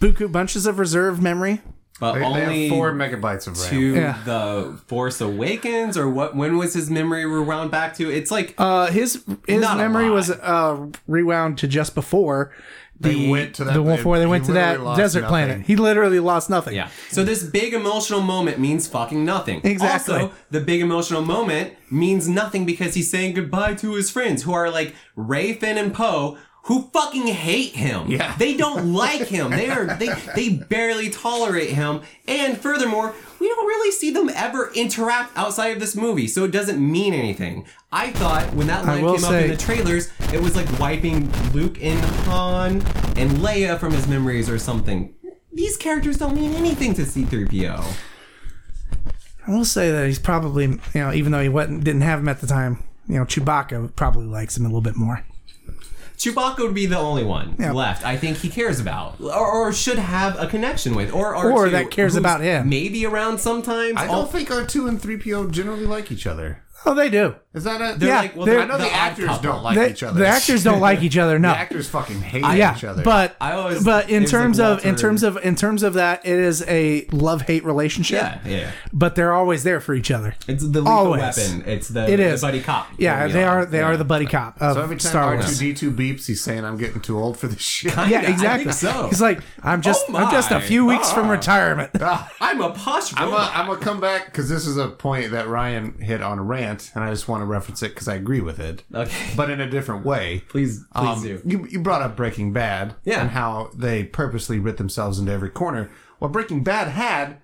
buku bunches of reserve memory.
but
They,
only
they have four megabytes of RAM.
to
Yeah.
the Force Awakens, or what? When was his memory rewound back to? It's like
Uh, his his
Not a
memory
lot.
was uh, rewound to just before the
They went to that-
the one before they
he
went to
literally
that
lost
desert
nothing.
planet. He literally lost nothing.
yeah. So this big emotional moment means fucking nothing.
Exactly.
Also, the big emotional moment means nothing because he's saying goodbye to his friends, who are like Ray, Finn, and Poe. Who fucking hate him?
Yeah.
They don't like him. They are they they barely tolerate him. And furthermore, we don't really see them ever interact outside of this movie, so it doesn't mean anything. I thought when that line
will
came up
say-
in the trailers, it was like wiping Luke and Han and Leia from his memories or something. These characters don't mean anything to C3PO.
I will say that he's probably, you know, even though he wasn't, didn't have him at the time, you know, Chewbacca probably likes him a little bit more.
Chewbacca would be the only one
Yeah.
left I think he cares about or, or should have a connection with or R2,
Or that cares
who's
about him.
Maybe around sometimes.
I
All-
don't think R2 and 3PO generally like each other.
Oh, they do.
Is that a.
they're
yeah,
like, well,
they're-
I know the,
odd
actors
couple.
don't like
They-
each other.
The actors don't like each other. No.
The actors fucking hate
yeah,
each other.
but
I always-
but
it
in
was like
terms of in
Walter-
terms of in terms of that, it is a love hate relationship.
Yeah, yeah.
But they're always there for each other.
It's the lethal
Always.
weapon. It's the,
It
the
is
buddy cop.
Yeah,
Yeah.
they are they are the buddy cop of
so every time
Star Wars.
R2D2 beeps, he's saying, I'm getting too old for this shit.
Yeah,
Yeah, I
exactly.
think so.
He's like, I'm just
Oh
I'm just a
my.
few weeks from
Ah.
retirement.
I'm a posh
I'm
robot.
gonna I'm gonna come back because this is a point that Ryan hit on a rant, and I just want to reference it because I agree with it,
okay.
but in a different way.
Please, please
Um,
do.
You, you brought up Breaking Bad
Yeah.
and how they purposely writ themselves into every corner. What Breaking Bad had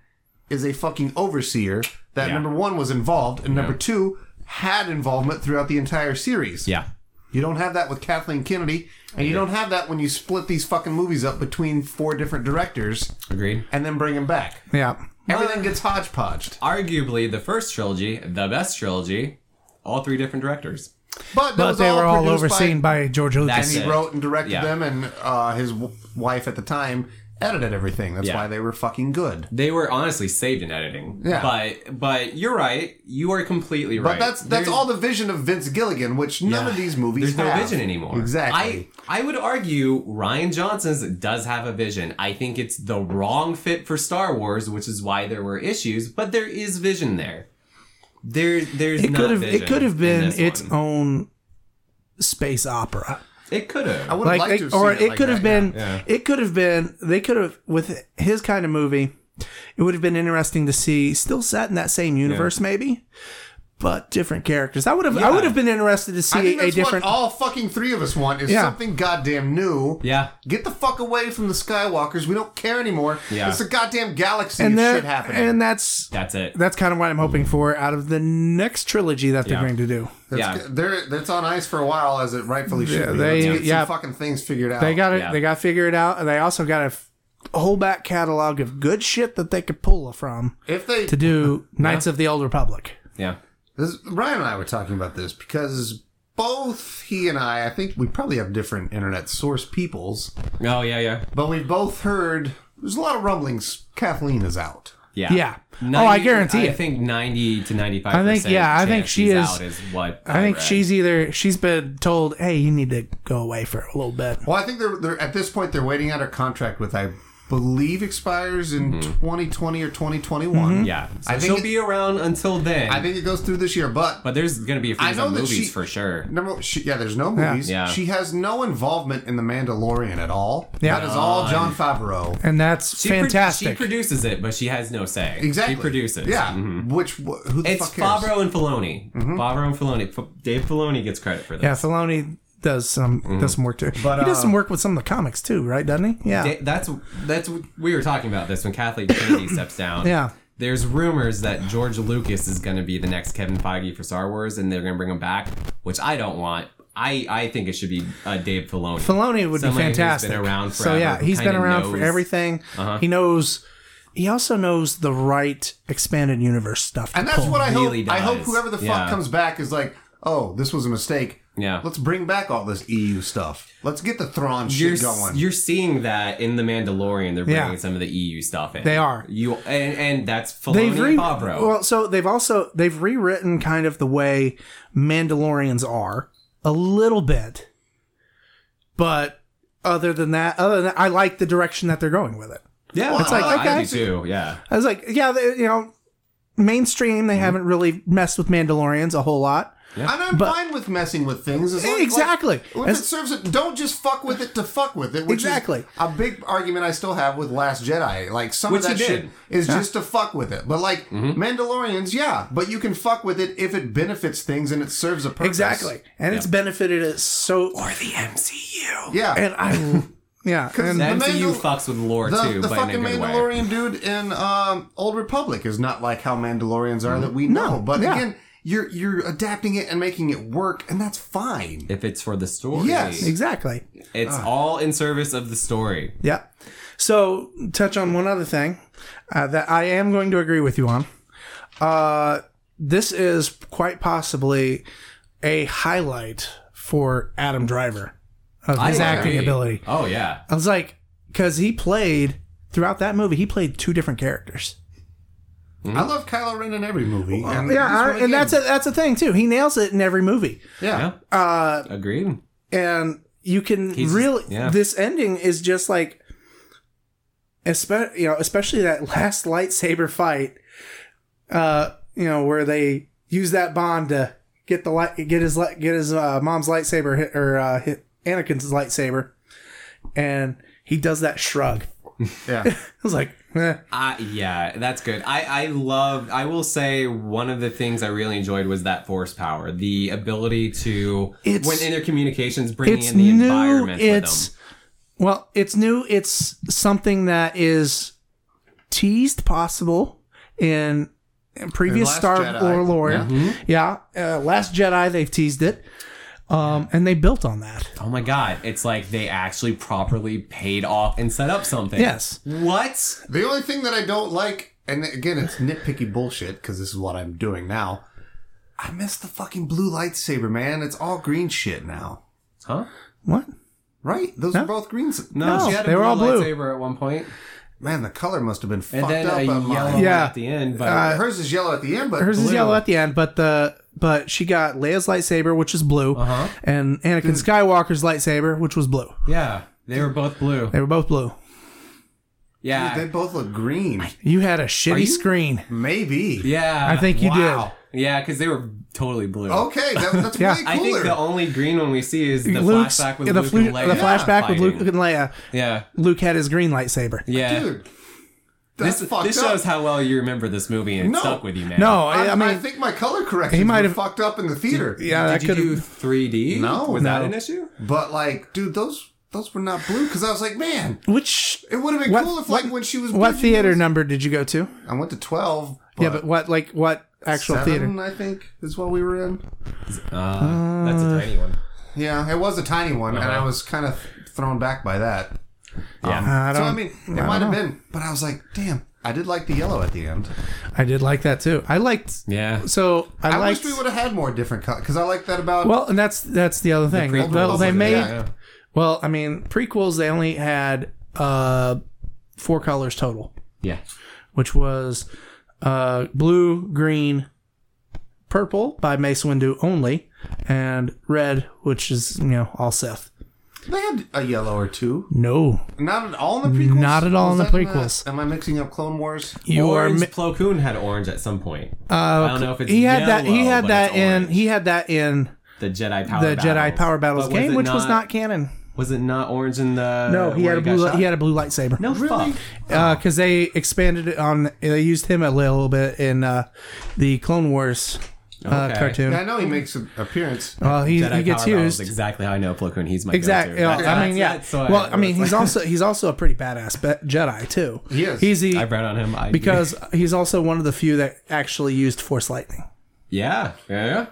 is a fucking overseer that
Yeah.
number one was involved and number two had involvement throughout the entire series.
Yeah.
You don't have that with Kathleen Kennedy, and you don't have that when you split these fucking movies up between four different directors
Agreed.
and then bring them back.
yeah.
Uh,
Everything gets hodgepodged.
Arguably the first trilogy, the best trilogy, all three different directors.
But, that
But
was
they were all
produced
overseen by, George
and
Lucas.
he
That's it.
wrote and directed
Yeah.
them, and uh, his w- wife at the time edited everything. That's
Yeah.
why they were fucking good.
They were honestly saved in editing.
Yeah.
But but you're right. You are completely
But
right.
that's that's
There's-
all the vision of Vince Gilligan, which none of these movies
There's no
have.
vision anymore.
Exactly.
I, I would argue Ryan Johnson's does have a vision. I think it's the wrong fit for Star Wars, which is why there were issues, but there is vision there. There there's
It
not
could have
vision
it could have
in
been
this
its
one.
own space opera.
It could
I,
have.
would
Like,
like,
they-
to have
or
seen
it,
it, like
could
that,
have
yeah.
been it could have been they could have with his kind of movie, it would have been interesting to see still set in that same universe maybe, but different characters. I would have I would have been interested to
I
see
think
a
that's
different
what all fucking three of us want is
Yeah.
something goddamn new.
Yeah.
Get the fuck away from the Skywalkers. We don't care anymore.
Yeah.
It's a goddamn galaxy
and
of
that,
shit happening.
and that's
That's it.
that's kind of what I'm hoping for out of the next trilogy that they're
Yeah.
going to do.
that's,
yeah.
g- They're, that's on ice for a while, as it rightfully should be.
they-
Let's get
yeah.
some fucking things figured out.
They got it.
Yeah.
They got to figure it out, and they also got a f- whole back catalog of good shit that they could pull from
if they
to do Knights of the Old Republic.
Yeah.
This, Ryan and I were talking about this because both he and I, I think we probably have different internet source peoples,
Oh yeah, yeah,
but we've both heard there's a lot of rumblings. Kathleen is out.
yeah.
Yeah. Oh, I guarantee
I
it.
think ninety to ninety-five.
I think- yeah, I think she is-
Out is what
I think
read.
she's either she's been told, "Hey, you need to go away for a little bit."
Well, I think they're, they're at this point they're waiting out her contract with I believe expires in
Mm-hmm.
2020 or 2021.
Yeah, so
I think
she'll
it-
be around until then.
I think it goes through this year, but
but there's gonna be a
I
few
know that
movies
she-
for sure.
Number she, yeah, there's no movies.
Yeah.
She has no involvement in the Mandalorian at all.
Yeah.
that is all John Favreau.
And that's
She pro- she
fantastic.
produces it, but she has no say.
Exactly.
She produces. Mm-hmm.
Yeah. Which wh- who the
It's
fuck cares?
Favreau and Filoni.
Mm-hmm.
Favreau and Filoni. F- Dave Filoni gets credit for this.
yeah, Filoni does some
Mm.
does some work too.
But,
he does
uh,
some work with some of the comics too, right? Doesn't he? Yeah.
Da- that's that's we were talking about this when Kathleen Kennedy steps down.
Yeah.
There's rumors that George Lucas is going to be the next Kevin Feige for Star Wars, and they're going to bring him back, which I don't want. I, I think it should be uh, Dave Filoni.
Filoni would
Somebody
be
who's
fantastic.
been around
so
forever,
yeah,
who
he's been
kinda
around for
knows- Uh-huh.
everything. He knows. He also knows the right expanded universe stuff. to
And that's
pull.
what I hope.
Really
I hope
does.
whoever the fuck
Yeah.
comes back is like, oh, this was a mistake.
Yeah.
Let's bring back all this EU stuff. Let's get the Thrawn
You're,
shit
s-
going.
you're seeing that in The Mandalorian. They're bringing
Yeah.
some of the EU stuff in.
They are.
You and, and that's Filoni
They've re-
and Favreau.
well, so they've also they've rewritten kind of the way Mandalorians are a little bit, but other than that, other than that, I like the direction that they're going with it.
yeah,
it's like,
I
okay.
do too. Yeah,
I was like, yeah, they, you know, mainstream they
Mm-hmm.
haven't really messed with Mandalorians a whole lot.
and I'm
but-
fine with messing with things. As long, like,
Exactly.
if it
As-
serves it, don't just fuck with it to fuck with it. Which
Exactly.
Is a big argument I still have with Last Jedi. Like some
Which
of
he
that shit
did.
is just to fuck with it. But like
Mm-hmm.
Mandalorians, yeah. But you can fuck with it if it benefits things and it serves a purpose.
Exactly, and it's benefited us so.
or the MCU.
Yeah.
And I, yeah, and
The
The
MCU
Mandal-
fucks with lore
the,
too,
the
but
fucking
in a good way.
Mandalorian dude in um, Old Republic is not like how Mandalorians are that we know. but
Mm-hmm. yeah.
again, you're you're adapting it and making it work, and that's fine.
if it's for the story.
Yes.
exactly.
It's all in service of the story.
Yeah. So, touch on one other thing uh, that I am going to agree with you on. Uh, this is quite possibly a highlight for Adam Driver of his acting
agree.
ability.
Oh yeah.
I was like, because he played throughout that movie, he played two different characters.
I love Kylo Ren in every movie. and
Mm-hmm. Yeah,
this one
I- and
again.
that's a, that's a thing too. He nails it in every movie,
yeah.
Yeah. uh, Agreed.
and you can
He's-
really
yeah.
this ending is just like, especially you know, especially that last lightsaber fight, uh, you know, where they use that bond to get the light, get his li- get his uh, mom's lightsaber hit, or uh, hit Anakin's lightsaber, and he does that shrug.
yeah.
I was like, eh.
Uh, yeah, that's good. I, I love, I will say one of the things I really enjoyed was that force power. The ability to,
It's-
when in their communications, bringing
it's
in the
new,
environment
it's
with them.
well it's new it's something that is teased possible in, in previous
Last
star
Jedi.
or lore
Mm-hmm.
yeah, uh, last jedi they've teased it um, and they built on that
Oh my god, it's like they actually properly paid off and set up something.
yes
What?
The only thing that I don't like, and again, it's nitpicky bullshit because this is what I'm doing now. I miss the fucking blue lightsaber, man. It's all green shit now,
Huh?
what
right? Those are both greens.
No,
No,
she had a
they were all blue.
lightsaber at one point,
Man, the color must have been fucked
and then
up
a
on
yellow
mine.
Yeah. Uh,
at the end. But
Hers is yellow at the end, but
hers is
blue.
yellow at the end but the but she got leia's lightsaber which is blue
Uh-huh.
and anakin skywalker's lightsaber which was blue
yeah, they were both blue.
they were both blue
Yeah,
They both look green.
you had a shitty
you-
screen
Maybe.
Yeah,
I think Oh, you
wow. Yeah, because they were totally blue.
Okay, that, that's
Yeah.
way cooler.
I think the only green one we see is the
Luke's-
flashback with
the,
Luke
flu-
and Leia
the flashback with Luke
fighting.
and Leia.
Yeah,
Luke had his green lightsaber.
yeah.
Dude,
this
that's fucked
this
up.
shows how well you remember this movie and it
No.
stuck with you, man.
No, I,
Um, I,
I
I
mean,
think my color correction. He
might
might
have-
have fucked up in the theater.
yeah, that
did you
could
do
have.
3D?
No,
was that
no.
an issue?
But like, dude, those those were not blue because I was like, man,
Which
it would have been
What-
cool if like when she was.
what
blue,
theater
you know?
number did you go to?
I went to twelve.
yeah, but what like what actual
seven,
theater? Uh,
I think is what we were in.
Uh, that's a tiny one.
Yeah, it was a tiny one, and I was kind of thrown back by that.
Yeah.
I
so I
don't-
mean, it might have been, but I was like, damn. I did like the yellow at the end.
I did like that too. I liked.
Yeah.
So I,
I
liked.
wish we would have had more different colors because I like that about.
well, and that's that's the other thing.
prequels
well, they
look at
made.
that, yeah.
Well, I mean, prequels. They only had uh, four colors total,
Yeah.
which was uh, blue, green, purple by Mace Windu only, and red, which is you know all Sith.
they had a yellow or two.
No,
Not at all in the prequels.
Not at all
Was
in the
that
prequels.
am I mixing up Clone Wars?
you
orange,
are. mi-
Plo Koon had orange at some point. I don't know if it's
Uh, He had that. He
yellow,
had
but
that
it's
in.
orange.
He had that in
the Jedi power.
the Jedi
battles.
Power Battles
But
game,
it
which was not canon.
Was it not orange in the?
No, he
where
had a
got
blue.
shot?
He had a blue lightsaber.
no fuck.
because Uh, they expanded it on. They used him a little bit in uh, the Clone Wars uh,
Okay.
cartoon.
Yeah, I know he makes an appearance.
Well, he,
Jedi
he gets
Power Battles,
used.
exactly how I know Plo Koon. He's my
Exactly.
Go-to.
I mean, yeah.
That's why
Well, I mean,
was
he's also he's also a pretty badass be- Jedi too.
He is.
He's
like, I
the
brought on him. I
because he's also one of the few that actually used Force lightning.
yeah, yeah. yeah.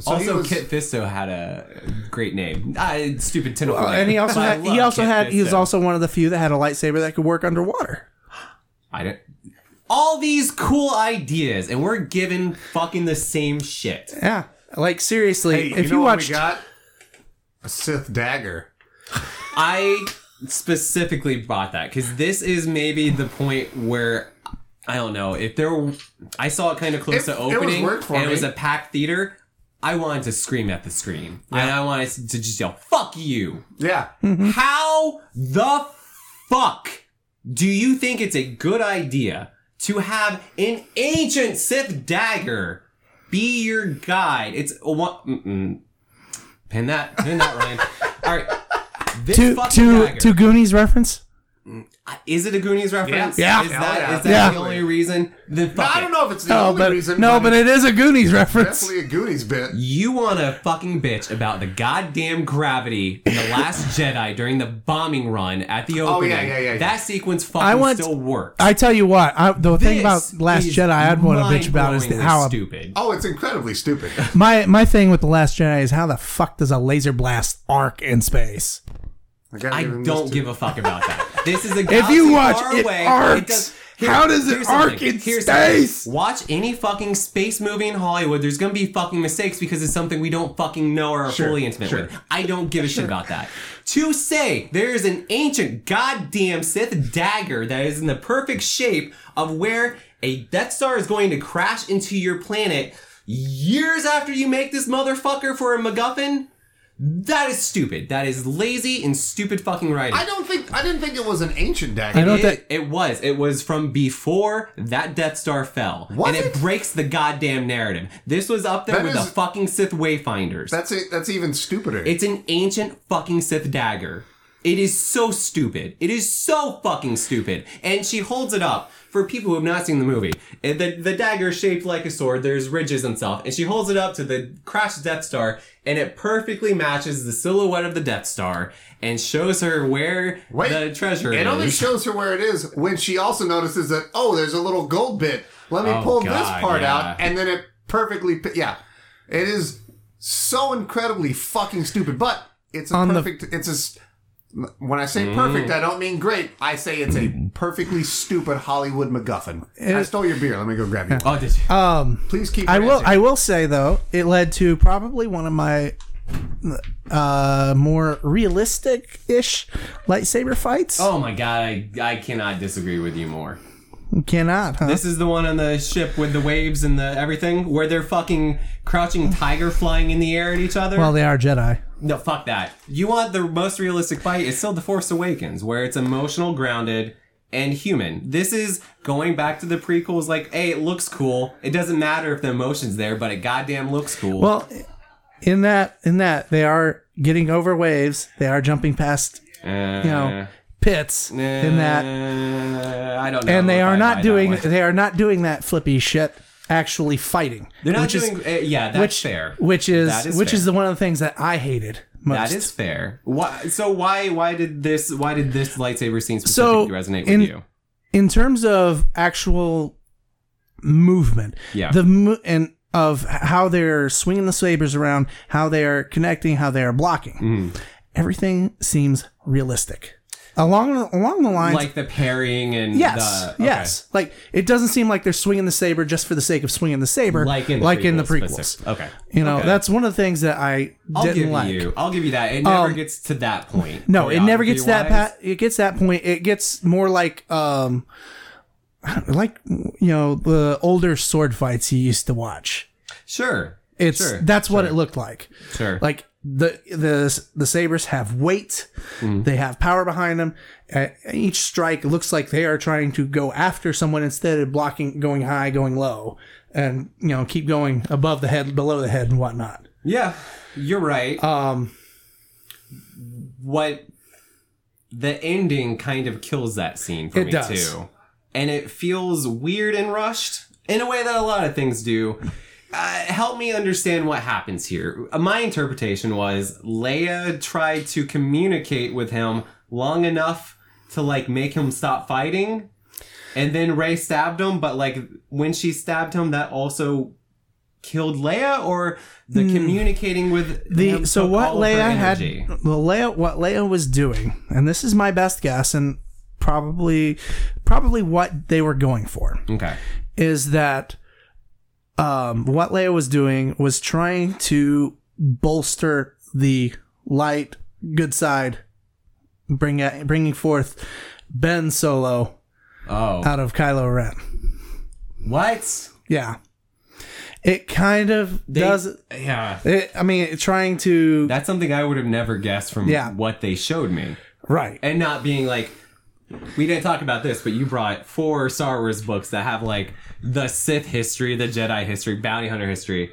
So he
also,
was-
Kit Fisto had a great name. I, stupid tentacle.
Uh,
man.
and he also
But I
had he
love
also
Kit
had he was
Fisto.
also one of the few that had a lightsaber that could work underwater.
I didn't. All these cool ideas, and we're given fucking the same shit.
Yeah. Like seriously,
Hey,
if
you, know
you
what
watched
we got a Sith dagger.
I specifically bought that because this is maybe the point where I don't know if there. I saw it kind of close
It-
to
it was
opening,
work for
and it
me.
was a packed theater. I wanted to scream at the screen, and I wanted to just yell "fuck you."
Yeah,
Hmm.
How the fuck do you think it's a good idea to have an ancient Sith dagger be your guide? It's a one. Mm-mm. Pin that. Pin that, Ryan. All right. This
two
fucking
two
dagger.
two Goonies reference.
Is it a Goonies reference?
Yeah.
Is
Yeah.
that,
Yeah.
is that the
Yeah.
only reason? Then fuck
I
it.
don't know if it's the
No,
only
but
reason.
no,
but
but
it's
it is a Goonies reference.
definitely a Goonies bit.
You want to fucking bitch about the goddamn gravity in The Last Jedi during the bombing run at the opening.
Oh, yeah, yeah, yeah, yeah.
That sequence fucking
I want-
still works.
I tell you what, I, the thing about
This
Last
is
Jedi, I'd want to bitch about is
mind-blowingly
how
stupid.
Oh, it's incredibly stupid.
my my thing with the Last Jedi is how the fuck does a laser blast arc in space?
gotta
I
give him this
don't
too.
give a fuck about that. This is a
If
galaxy
you watch,
far
it
away.
arcs.
It does,
How does it
here's
arc
something.
in
Here's something.
space?
Watch any fucking space movie in Hollywood. There's gonna be fucking mistakes because it's something we don't fucking know or are fully intimate with. I don't give a shit about that. To say there is an ancient goddamn Sith dagger that is in the perfect shape of where a Death Star is going to crash into your planet years after you make this motherfucker for a MacGuffin. That is stupid. That is lazy and stupid fucking writing.
I don't think. I didn't think it was an ancient dagger.
I don't
It,
think
it was. It was from before that Death Star fell.
Was
and it,
it?
breaks the goddamn narrative. This was up there
That
with
is-
the fucking Sith Wayfinders.
That's it. That's even stupider.
it's an ancient fucking Sith dagger. It is so stupid. It is so fucking stupid. And she holds it up for people who have not seen the movie. And the, the dagger is shaped like a sword. There's ridges and stuff. And she holds it up to the crashed Death Star and it perfectly matches the silhouette of the Death Star and shows her where
Wait,
the treasure is.
it only shows her where it is when she also notices that oh, there's a little gold bit. Let me
Oh,
pull
God,
this part
yeah.
out, and then it perfectly. pi- Yeah, it is so incredibly fucking stupid. But it's a
On the-
perfect. it's a. s- When I say perfect, I don't mean great. I say it's a perfectly stupid Hollywood MacGuffin. I stole your beer. Let me go grab you.
Oh, did you?
Please keep.
I will.
ranting.
I will say though, it led to probably one of my uh, more realistic-ish lightsaber fights.
Oh my god, I, I cannot disagree with you more.
Cannot, huh?
This is the one on the ship with the waves and the everything where they're fucking crouching tiger flying in the air at each other.
well, they are Jedi.
no, fuck that. You want the most realistic fight? It's still The Force Awakens, where it's emotional, grounded, and human. This is going back to the prequels like, hey, it looks cool. It doesn't matter if the emotion's there, but it goddamn looks cool.
Well, in that, in that, they are getting over waves. They are jumping past,
Eh,
you know, pits. in that,
I don't know.
and they
if
are
I
not
buy that
doing
one.
they are not doing that flippy shit actually fighting
They're not
which is-
doing. uh, yeah, that's
which
fair.
which is,
That is
which is
fair.
the one of the things that i hated most
That is fair. Why, so why why did this why did this lightsaber scene
So,
specifically resonate
in-
with you?
in terms of actual movement
Yeah.
the mo- and of how they're swinging the sabers around
Mm-hmm.
how they are connecting how they are blocking everything seems realistic along along the lines
like the parrying and
Yes,
the, okay.
yes. Like it doesn't seem like they're swinging the saber just for the sake of swinging the saber,
like in the
like
prequels
in the prequels.
specific- Okay,
You know,
Okay.
that's one of the things that I
I'll
didn't
give
like. Um,
you. I'll give you that. It never gets to that point.
No, it never gets that.
choreography-wise.
Pa- it gets that point. It gets more like, um, like you know, the older sword fights you used to watch.
Sure,
It's
Sure,
that's what it looked like.
sure.
Like the the the sabers have weight.
Mm.
They have power behind them. Uh, each strike looks like they are trying to go after someone instead of blocking, going high, going low, and you know, keep going above the head, below the head, and whatnot.
Yeah, you're right.
Um,
what the ending kind of kills that scene for
It
me
does.
too, and it feels weird and rushed in a way that a lot of things do. Uh, help me understand what happens here. Uh, My interpretation was Leia tried to communicate with him long enough to like make him stop fighting, and then Ray stabbed him. But like when she stabbed him, that also killed Leia, or the communicating with
Hmm. the
him
so
took
what
all of her
Leia had
energy?
well Leia what Leia was doing, and this is my best guess, and probably probably what they were going for
Okay.
is that um, what Leia was doing was trying to bolster the light good side, bring bringing forth Ben Solo
Oh.
out of Kylo Ren.
What?
Yeah, it kind of
They-
does.
Yeah.
It, I mean, trying to
That's something I would have never guessed from
Yeah.
what they showed me.
right.
And not being like, we didn't talk about this, but you brought four Star Wars books that have like the Sith history, the Jedi history, bounty hunter history.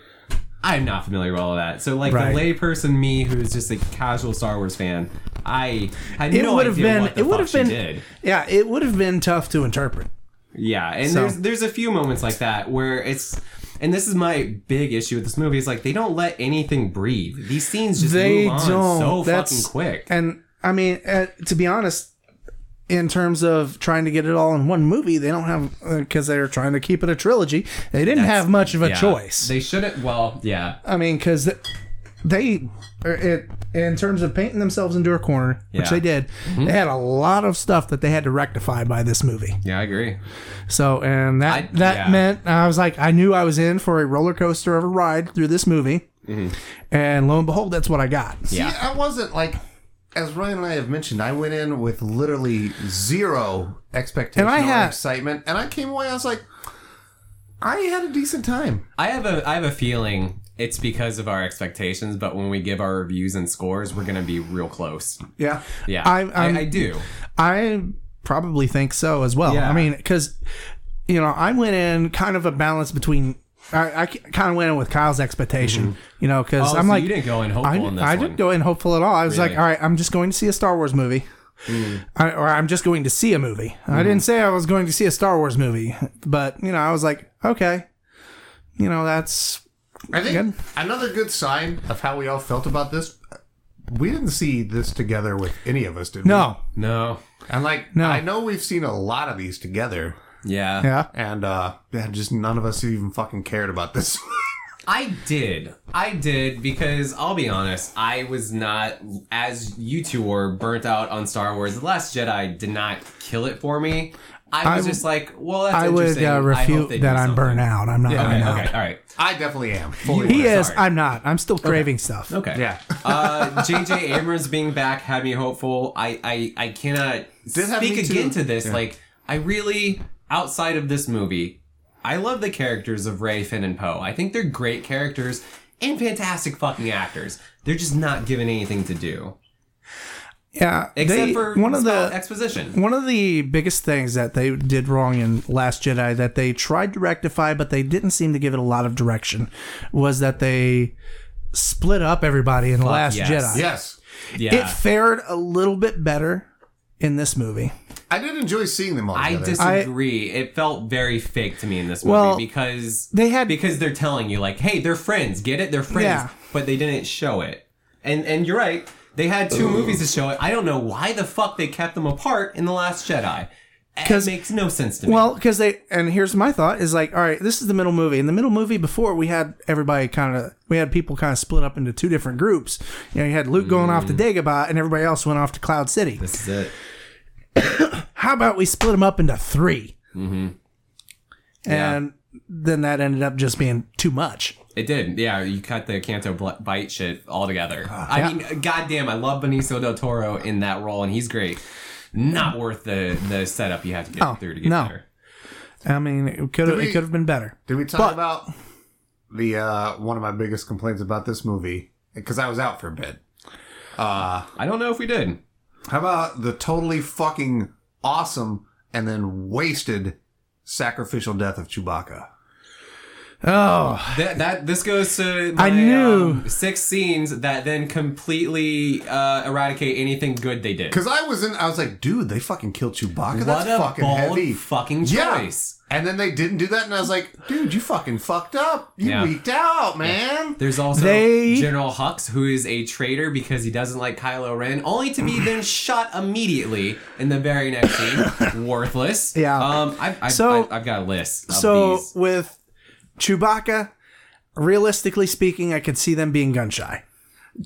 I'm not familiar with all of that. So, like,
Right.
the layperson me who's just a casual Star Wars fan, I had
It
no
would have
idea
been.
what the
It would
fuck
have
she
been.
did.
Yeah, it would have been tough to interpret.
Yeah, and
So-
there's there's a few moments like that where it's and this is my big issue with this movie is like they don't let anything breathe. These scenes just
They
move on
don't.
so
That's-
fucking quick.
And I mean, uh, to be honest, in terms of trying to get it all in one movie, they don't have because they're trying to keep it a trilogy. They didn't have much of a
Yeah.
choice.
They shouldn't. Well, yeah,
I mean, because they, er, it in terms of painting themselves into a corner, which
Yeah. Mm-hmm.
they did. They had a lot of stuff that they had to rectify by this movie.
yeah, I agree.
So, and that
I-
that
yeah.
meant I was like, I knew I was in for a roller coaster of a ride through this movie, and lo and behold, that's what I got.
Mm-hmm. Yeah.
See, I wasn't like, as Ryan and I have mentioned, I went in with literally zero expectation
And I
or
had-
excitement, and I came away. I was like, I had a decent time.
I have a I have a feeling it's because of our expectations, but when we give our reviews and scores, we're gonna be real close.
Yeah,
Yeah,
I'm-
I,
I'm-
I do.
I probably think so as well.
Yeah.
I mean, because you know, I went in kind of a balance between. I, I kind of went in with Kyle's expectation, you know, because
Oh,
I'm
so
like,
you didn't go in hopeful
I,
on this
I
one.
didn't go in hopeful at all. I was like,
Really? Hmm.
all right, I'm just going to see a Star Wars movie, I, or I'm just going to see a movie. I didn't say I was going to see a Star Wars movie, but you know, I was like, okay, you know, that's
I think
Good.
another good sign of how we all felt about this. We didn't see this together with any of us,
Hmm.
did we?
no,
No.
And like,
No.
I know we've seen a lot of these together,
Yeah.
yeah,
and uh, yeah, just none of us even fucking cared about this.
I did. I did because I'll be honest, I was not as you two were burnt out on Star Wars. The Last Jedi did not kill it for me. I was
I-
just like, well, that's
I would
interesting.
uh,
I hope
refute
they do
that I'm
something.
burnt out. I'm not burnt
Okay,
out.
okay, all right.
I definitely am. Fully
He
aware.
is.
Sorry.
I'm not. I'm still craving stuff.
Okay.
Yeah.
uh, J.J. Abrams being back had me hopeful. I I, I cannot
Did have
speak
me too.
again to this. Like I really, outside of this movie, I love the characters of Ray, Finn, and Poe. I think they're great characters and fantastic fucking actors. They're just not given anything to do
Yeah,
except
they-
for
one of
spell
the
exposition.
one of the biggest things that they did wrong in Last Jedi that they tried to rectify, but they didn't seem to give it a lot of direction, was that they split up everybody in Last
yes.
Jedi.
Yes.
Yeah.
It fared a little bit better in this movie.
I did enjoy seeing them all
I
together.
disagree. it felt very fake to me in this movie
Well,
because
They had
because they're telling you like hey they're friends get it they're friends
Yeah.
but they didn't show it and and you're right they had two movies to show it i don't know why the fuck they kept them apart in the last jedi it
'Cause-
makes no sense to me
well because they and here's my thought is like all right this is the middle movie in the middle movie before we had everybody kind of we had people kind of split up into
Mm.
two different groups you know you had luke going off to dagobah and everybody else went off to cloud city
this is it
how about we split them up into 3
Mhm.
And then that ended up just being too much.
It did. Yeah, you cut the Canto bl- Bite shit all together. I
Ah, Yeah.
mean, goddamn, I love Benicio del Toro in that role, and he's great. Not worth the the setup you have to get
Oh,
through to get
no.
there.
I mean, it could have
we-
it could have been better.
Did we talk
But-
about the uh, one of my biggest complaints about this movie? Because I was out for a bit.
I don't know if we did.
How about the totally fucking awesome and then wasted sacrificial death of Chewbacca?
Oh,
That, that this goes to my,
I knew.
um, six scenes that then completely uh, eradicate anything good they did.
Because I was in, I was like, dude, they fucking killed Chewbacca.
What
That's
a
fucking
bold
heavy.
fucking
Yeah.
choice.
And then they didn't do that, and I was like, dude, you fucking fucked up. You
Yeah.
weaked out, man.
There's also
They-
General Hux, who is a traitor because he doesn't like Kylo Ren, only to be then shot immediately in the very next scene. Worthless.
Yeah.
Um. I've, I've,
So-
I've, I've got a list. Of
so
these.
with Chewbacca, realistically speaking, I could see them being gun shy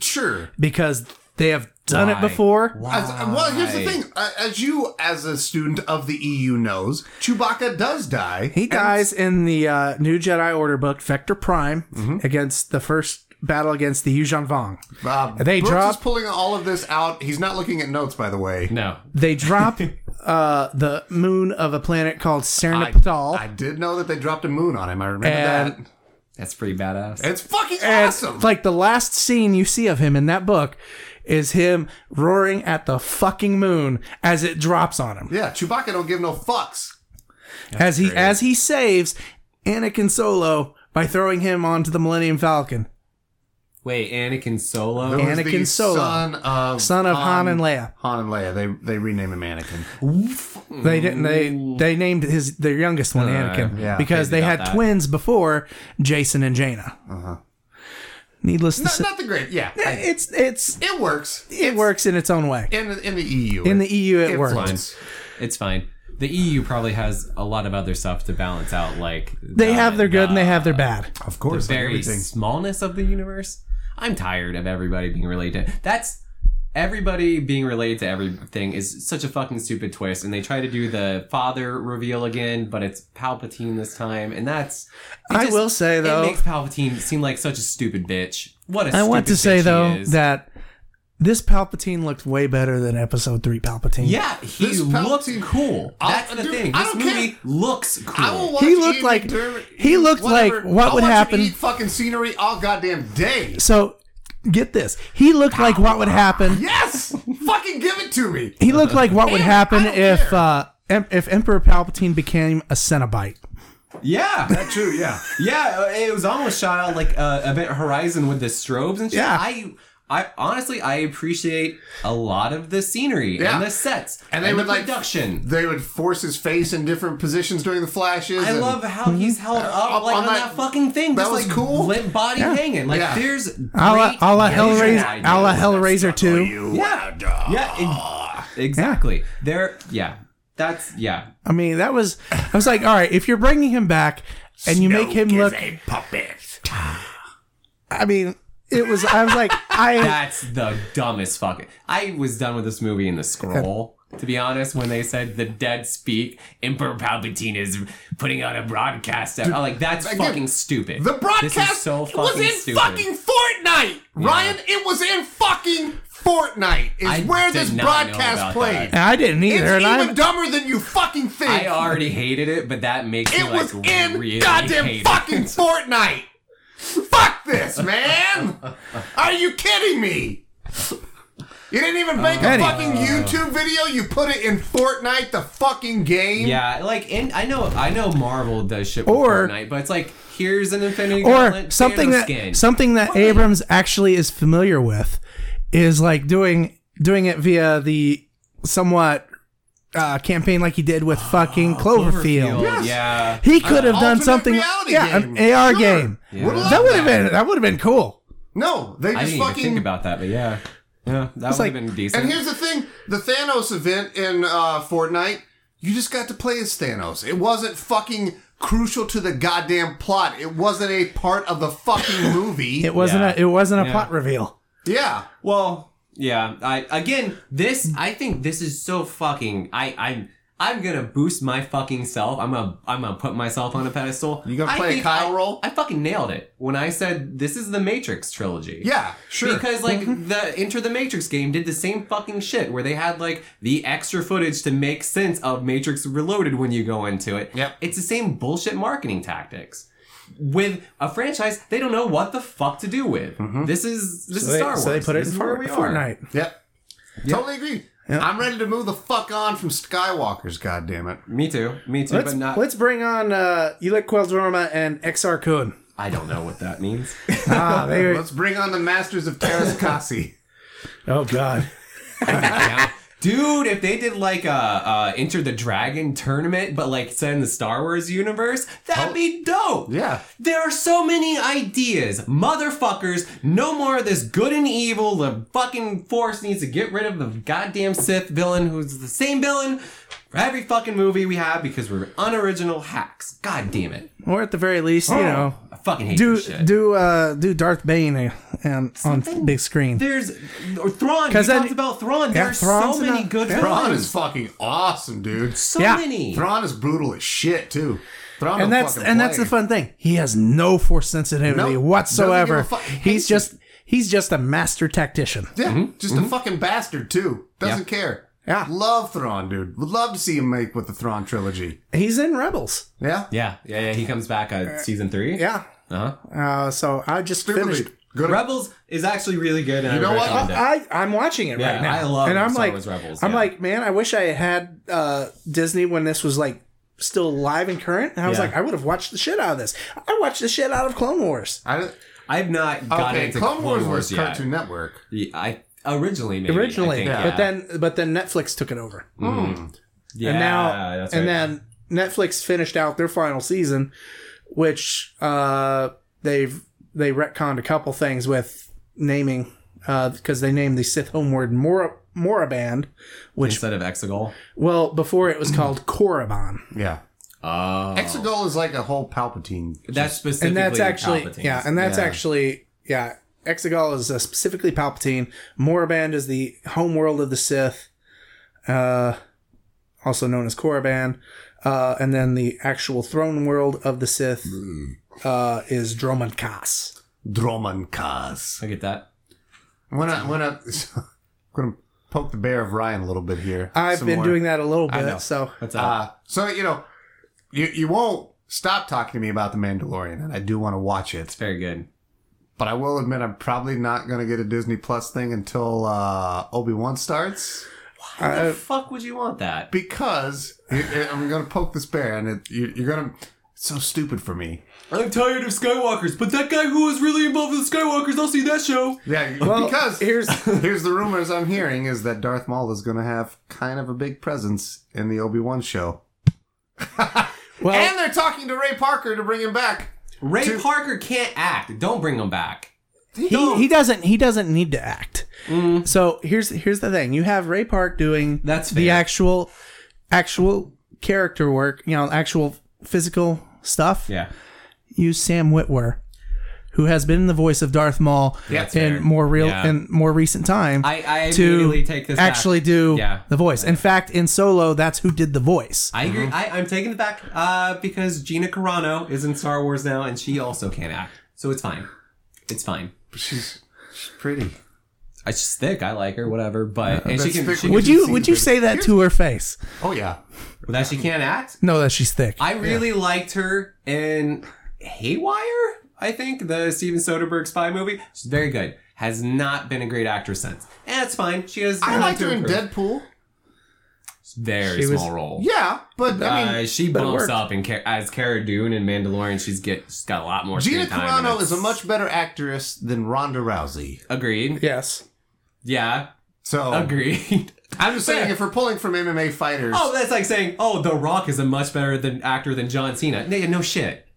Sure.
because they have done
Why?
it before.
As, well, here's the
Why?
thing. Uh, As you, as a student of the EU, knows, Chewbacca does die.
He dies in the uh, New Jedi Order book, Vector Prime, against the first battle against the Yuuzhan Vong.
Uh,
They
Brooks
drop-
is pulling all of this out. He's not looking at notes, by the way.
No.
They drop uh, the moon of a planet called Sernaptal.
I did know that they dropped a moon on him. I remember
And-
That's pretty badass.
that. It's fucking awesome.
Like the last scene you see of him in that book is him roaring at the fucking moon as it drops on him.
yeah, Chewbacca don't give no fucks.
as he as he saves Anakin Solo by throwing him onto the Millennium Falcon.
Wait, Anakin Solo.
Who is
Anakin
the
Solo.
son of
Son of Han and Leia.
Han and Leia. They they rename him Anakin.
They didn't they they named his their youngest one Anakin
yeah.
because they
Crazy
had
about that.
twins before Jason and Jaina. Needless to
Not,
say
not the great. Yeah, I-
it's it's
it works.
it works in its own way.
in in the E EU.
In the EU it, works.
works.
It's fine. The EU probably has a lot of other stuff to balance out, like
They have their good and they have their bad.
Of course, like
very
everything.
smallness of the universe. I'm tired of everybody being related. To, that's everybody being related to everything is such a fucking stupid twist, and they try to do the father reveal again, but it's Palpatine this time, and that's. it
I will say, though-
it makes Palpatine seem like such a stupid bitch. What a
I want
stupid
to say
bitch
though
he is.
that this Palpatine looked way better than Episode Three Palpatine.
Yeah, he
This
looks
Palpatine-
cool.
I'll-
That's the
dude,
thing.
I
This
don't care.
movie looks cool.
I will watch
He looked
Ian
like-
McDermott-
he looked
whatever.
like what
I'll
would
watch him
happen-
Eat fucking scenery all goddamn day.
So get this, he looked like what would happen.
Yes, fucking give it to me.
He looked like what would happen
don't
if
care.
uh, em- if Emperor Palpatine became a Cenobite.
yeah,
True. Yeah.
yeah. uh, It was almost shot out like uh, Event Horizon with the strobes and shit.
Yeah.
I, I honestly, I appreciate a lot of the scenery
Yeah.
and the sets
and they
the
would like
production.
They would force his face in different positions during the flashes.
I
and-
love how
Mm-hmm.
he's held up,
Up
like
on
on,
that-
that, fucking thing.
that
just,
was
like,
cool.
Limp body hanging. Like
Yeah.
there's
A la,
great
a la
visual
Hellraiser,
ideas.
a la Hellraiser two.
You
Yeah.
and, uh,
Yeah, ex- exactly. There. Yeah, that's yeah.
I mean, that was I was like, all right, if you're bringing him back and you make
Snoke
him
is
look,
a puppet.
I mean, it was I was like, I
That's the dumbest fucking. I was done with this movie in the scroll. To be honest, when they said the dead speak, Emperor Palpatine is putting out a broadcast. I'm like, that's
again,
fucking stupid.
The broadcast
this is so
it
fucking
was in
stupid.
fucking Fortnite, Ryan. It was in fucking Fortnite. Is
I
where
did
this
not know
broadcast
about
played.
I didn't
It's
either,
even
and I'm
dumber than you fucking think.
I already hated it, but that makes
it
me like
was in
really hate
goddamn
it.
fucking Fortnite. Fuck this, man. Are you kidding me? You didn't even make a
Anyway.
fucking YouTube video. You put it in Fortnite, the fucking game.
Yeah, like and I know I know Marvel does shit with
Or-
Fortnite, but it's like here's an Infinity
or
Gauntlet,
something
Thanos
that
skin.
something that Abrams actually is familiar with is like doing doing it via the somewhat uh, campaign like he did with fucking Cloverfield.
Ah, Cloverfield,
Yes.
Yeah.
He could have done
alternate
something,
reality
yeah, an
game.
AR
Sure.
game.
Yeah. Would love
That would have
that.
been that would have been cool.
No, they
I
just
didn't even
fucking.
think about that, but yeah, yeah, that would have
like-
been decent.
and here's the thing: the Thanos event in uh, Fortnite, you just got to play as Thanos. It wasn't fucking crucial to the goddamn plot. It wasn't a part of the fucking movie.
It wasn't
Yeah.
a it wasn't a
Yeah.
plot reveal.
yeah,
Well, Yeah. I again, this I think this is so fucking. I I'm I'm gonna boost my fucking self. I'm gonna I'm gonna put myself on a pedestal.
You gonna
I
play a
think
Kyle
I-
role?
I fucking nailed it when I said this is the Matrix trilogy.
Yeah, sure.
Because like
Mm-hmm.
the Enter the Matrix game did the same fucking shit where they had like the extra footage to make sense of Matrix Reloaded when you go into it.
Yep.
It's the same bullshit marketing tactics. With a franchise, they don't know what the fuck to do with. This is this is
they-
Star Wars.
Mm-hmm. so they put it
This
in
is where
Fort-
we are.
Fortnite.
yep. Totally agree. I'm ready to move the fuck on from Skywalker's. God damn it.
Me too. Me too.
Let's
but not.
let's bring on uh, Elec Queldorma and XR Code.
I don't know what that means.
Ah, they.
Let's bring on the Masters of Terraskasi.
oh God.
Yeah. Dude, if they did like a uh, Enter the Dragon tournament, but like set in the Star Wars universe,
Oh.
that'd be dope.
yeah.
There are so many ideas, motherfuckers. No more of this good and evil. The fucking force needs to get rid of the goddamn Sith villain, who's the same villain for every fucking movie we have because we're unoriginal hacks. God damn it!
Or at the very least, you
Oh,
know,
I fucking hate
do
this shit.
do uh, do Darth Bane uh, um, on
Something-
big screen.
There's or Thrawn. You
'Cause then-
talked about Thrawn.
Yeah,
There are
Thrawn's
so many
not-
good
yeah.
Thrawn
villains.
is fucking awesome, dude.
so
Yeah.
many.
Thrawn is brutal as shit, too. Thrawn
and
don't
that's and
fucking
that's
play.
the fun thing. He has no force sensitivity
Nope.
whatsoever.
Doesn't give a fu-
He's just he's just a master tactician.
Yeah, just a fucking bastard, too. Doesn't care.
Mm-hmm. Yeah.
Love Thrawn, dude. Would love to see him make with the Thrawn trilogy.
He's in Rebels.
Yeah?
Yeah, yeah, yeah. He comes back uh, season three.
Yeah.
Uh-huh.
Uh, so I just
Stupidly.
finished.
Good.
Rebels is actually really good. And
You know
I
what?
recommend it.
I I'm watching it
Yeah,
right now.
I love
and I'm
Star
like
Wars Rebels,
I'm
yeah.
like man, I wish I had uh, Disney when this was like still live and current. And I was
Yeah.
like, I would have watched the shit out of this. I watched the shit out of Clone Wars.
I don't-
I've not gotten
okay,
into
Clone Wars, was
yet.
Cartoon Network.
Yeah, I originally maybe,
Originally,
I think,
but then but then Netflix took it over. Mm-hmm.
yeah,
and now
that's
and
right.
then Netflix finished out their final season, which uh, they've they retconned a couple things with naming because they named the Sith homeward Mora, Moraband, which
instead of Exegol,
well before it was called Korriban,
Yeah.
oh,
Hmm. Exegol is like a whole Palpatine.
that's specifically
and that's actually
Palpatine's.
yeah, and that's
Yeah.
actually yeah. Exegol is uh, specifically Palpatine. Moraband is the homeworld of the Sith, uh, also known as Korriban, uh, and then the actual throne world of the Sith uh, is Dromund Kaas.
Droman Kaz.
I get that.
I'm gonna, I'm gonna, I'm gonna poke the bear of Ryan a little bit here.
I've
Some
been
more.
doing that a little
I know.
bit, so
That's up.
Uh, so you know, you you won't stop talking to me about the Mandalorian, and I do want to watch it.
very good.
But I will admit, I'm probably not gonna get a Disney Plus thing until uh, Obi Wan starts
Why
uh,
the fuck would you want that?
because you, I'm gonna poke this bear, and it, you, you're gonna. It's so stupid for me.
I'm tired of Skywalkers, but that guy who was really involved with the Skywalkers, I'll see that show.
Yeah,
Well,
because
here's-
here's the rumors I'm hearing is that Darth Maul is gonna have kind of a big presence in the Obi Wan show.
well,
And they're talking to Ray Parker to bring him back.
Ray Parker can't act. Don't bring him back.
he, he doesn't he doesn't need to act. So here's here's the thing: you have Ray Park doing
Mm. That's
the
fair.
actual actual character work, you know, actual physical stuff.
Yeah.
use Sam Witwer, who has been the voice of Darth Maul
that's
in
fair.
more real
Yeah.
in more recent time.
I, I
to
immediately take this back.
actually do
Yeah.
the voice. In fact, in Solo, that's who did the voice.
I
Mm-hmm.
agree. I, I'm taking it back uh, because Gina Carano is in Star Wars now, and she also can't act, so it's fine. It's fine.
She's, she's pretty.
Uh, She's thick. I like her, whatever. But and she
that's
can.
thick.
She can
Would
would
you
you
see
would
the
you
big-
say that to her face?
Oh yeah.
that she can't act.
No, that she's thick.
I really liked her in Haywire. I think the Steven Soderbergh spy movie. She's very good. Has not been a great actress since, and it's fine. She has.
I
a lot
liked
to
her in
improve.
Deadpool.
Very
She was-
small role.
Yeah, but I mean,
Uh, she
it
bumps
worked.
up in, Ca- as Cara Dune in Mandalorian. She's get she's got a lot more.
Gina
screen time and
Carano
it's-
is a much better actress than Ronda Rousey.
agreed.
yes.
Yeah,
So
agreed.
Oh. I'm just saying,
Fair.
if we're pulling from MMA fighters,
Oh, that's like saying, oh, The Rock is a much better than actor than John Cena. No, no shit.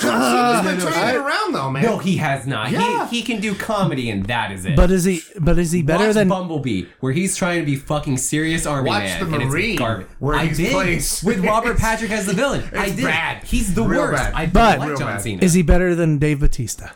John Cena's
no,
been
no,
turning
I-
it around though, man.
No, he has not.
Yeah.
He, he can do comedy, and that is it.
But is he but is he better
Watch
than
Bumblebee, where he's trying to be fucking serious army
Watch
man.
The
and it's
Marine,
garbage.
where
I
he's
did
playing
with Robert
serious.
Patrick as the villain. I did.
bad.
He's the
Real
worst.
bad.
I don't
But-
like
Real
John
bad.
Cena.
is he better than Dave Batista?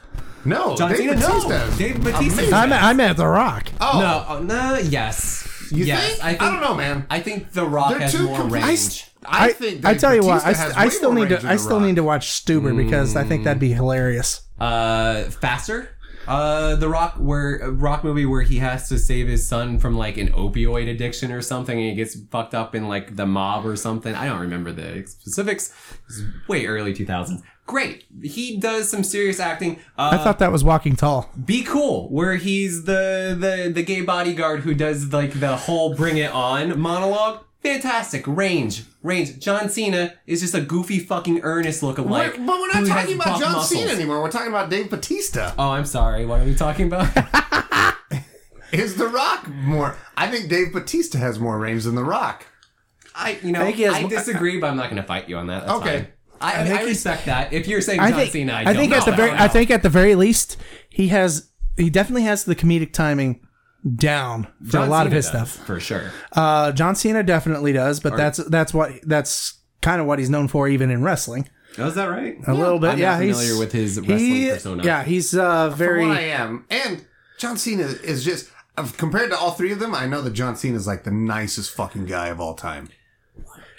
No,
John
Dave
Cena? No,
Batista. is
Dave Batista.
amazing.
I'm, I'm at The Rock.
Oh,
No, oh, no, yes.
you
yes.
think?
I
I,
think?
don't know, man.
I think The Rock
They're
has
two
more
complete-
range.
I, think
I
Dave
tell you what,
Batista
I,
has
st- I
way
still
more
need
range
to.
than
I
The
still
Rock.
need to watch Stuber because I think
Mm.
that'd be hilarious.
Uh, faster. Uh, the Rock where uh, Rock movie where he has to save his son from like an opioid addiction or something, and he gets fucked up in like the mob or something. I don't remember the specifics. It was way early two thousands. Great. He does some serious acting. Uh,
I thought that was Walking Tall.
Be Cool, where he's the, the the gay bodyguard who does like the whole bring it on monologue. Fantastic range, range. John Cena is just a goofy fucking earnest
We're-
lookalike.
but we're not
who has
talking about
buff
John
muscles.
Cena anymore. We're talking about Dave Batista.
Oh, I'm sorry. What are we talking about?
Is The Rock more? I think Dave Batista has more range than The Rock.
I, you know,
I think he has-
I disagree, but I'm not going to fight you on that. That's
Okay.
fine. I, I, respect that. If you're saying
I
John
think.
Cena, I,
I,
don't
think
know.
at the
I
very.
don't
I
know.
think at the very least, he has. He definitely has the comedic timing down for
John
a lot of
Cena
his
does,
stuff.
for sure.
Uh, John Cena definitely does, but that's that's what that's kind of what he's known for, even in wrestling.
Oh, is that right?
A little bit.
I'm not
yeah,
familiar
he's
with his wrestling
he-
persona.
Yeah, he's uh,
Very.
very.
I am, and John Cena is just of- compared to all three of them. I know that John Cena is like the nicest fucking guy of all time.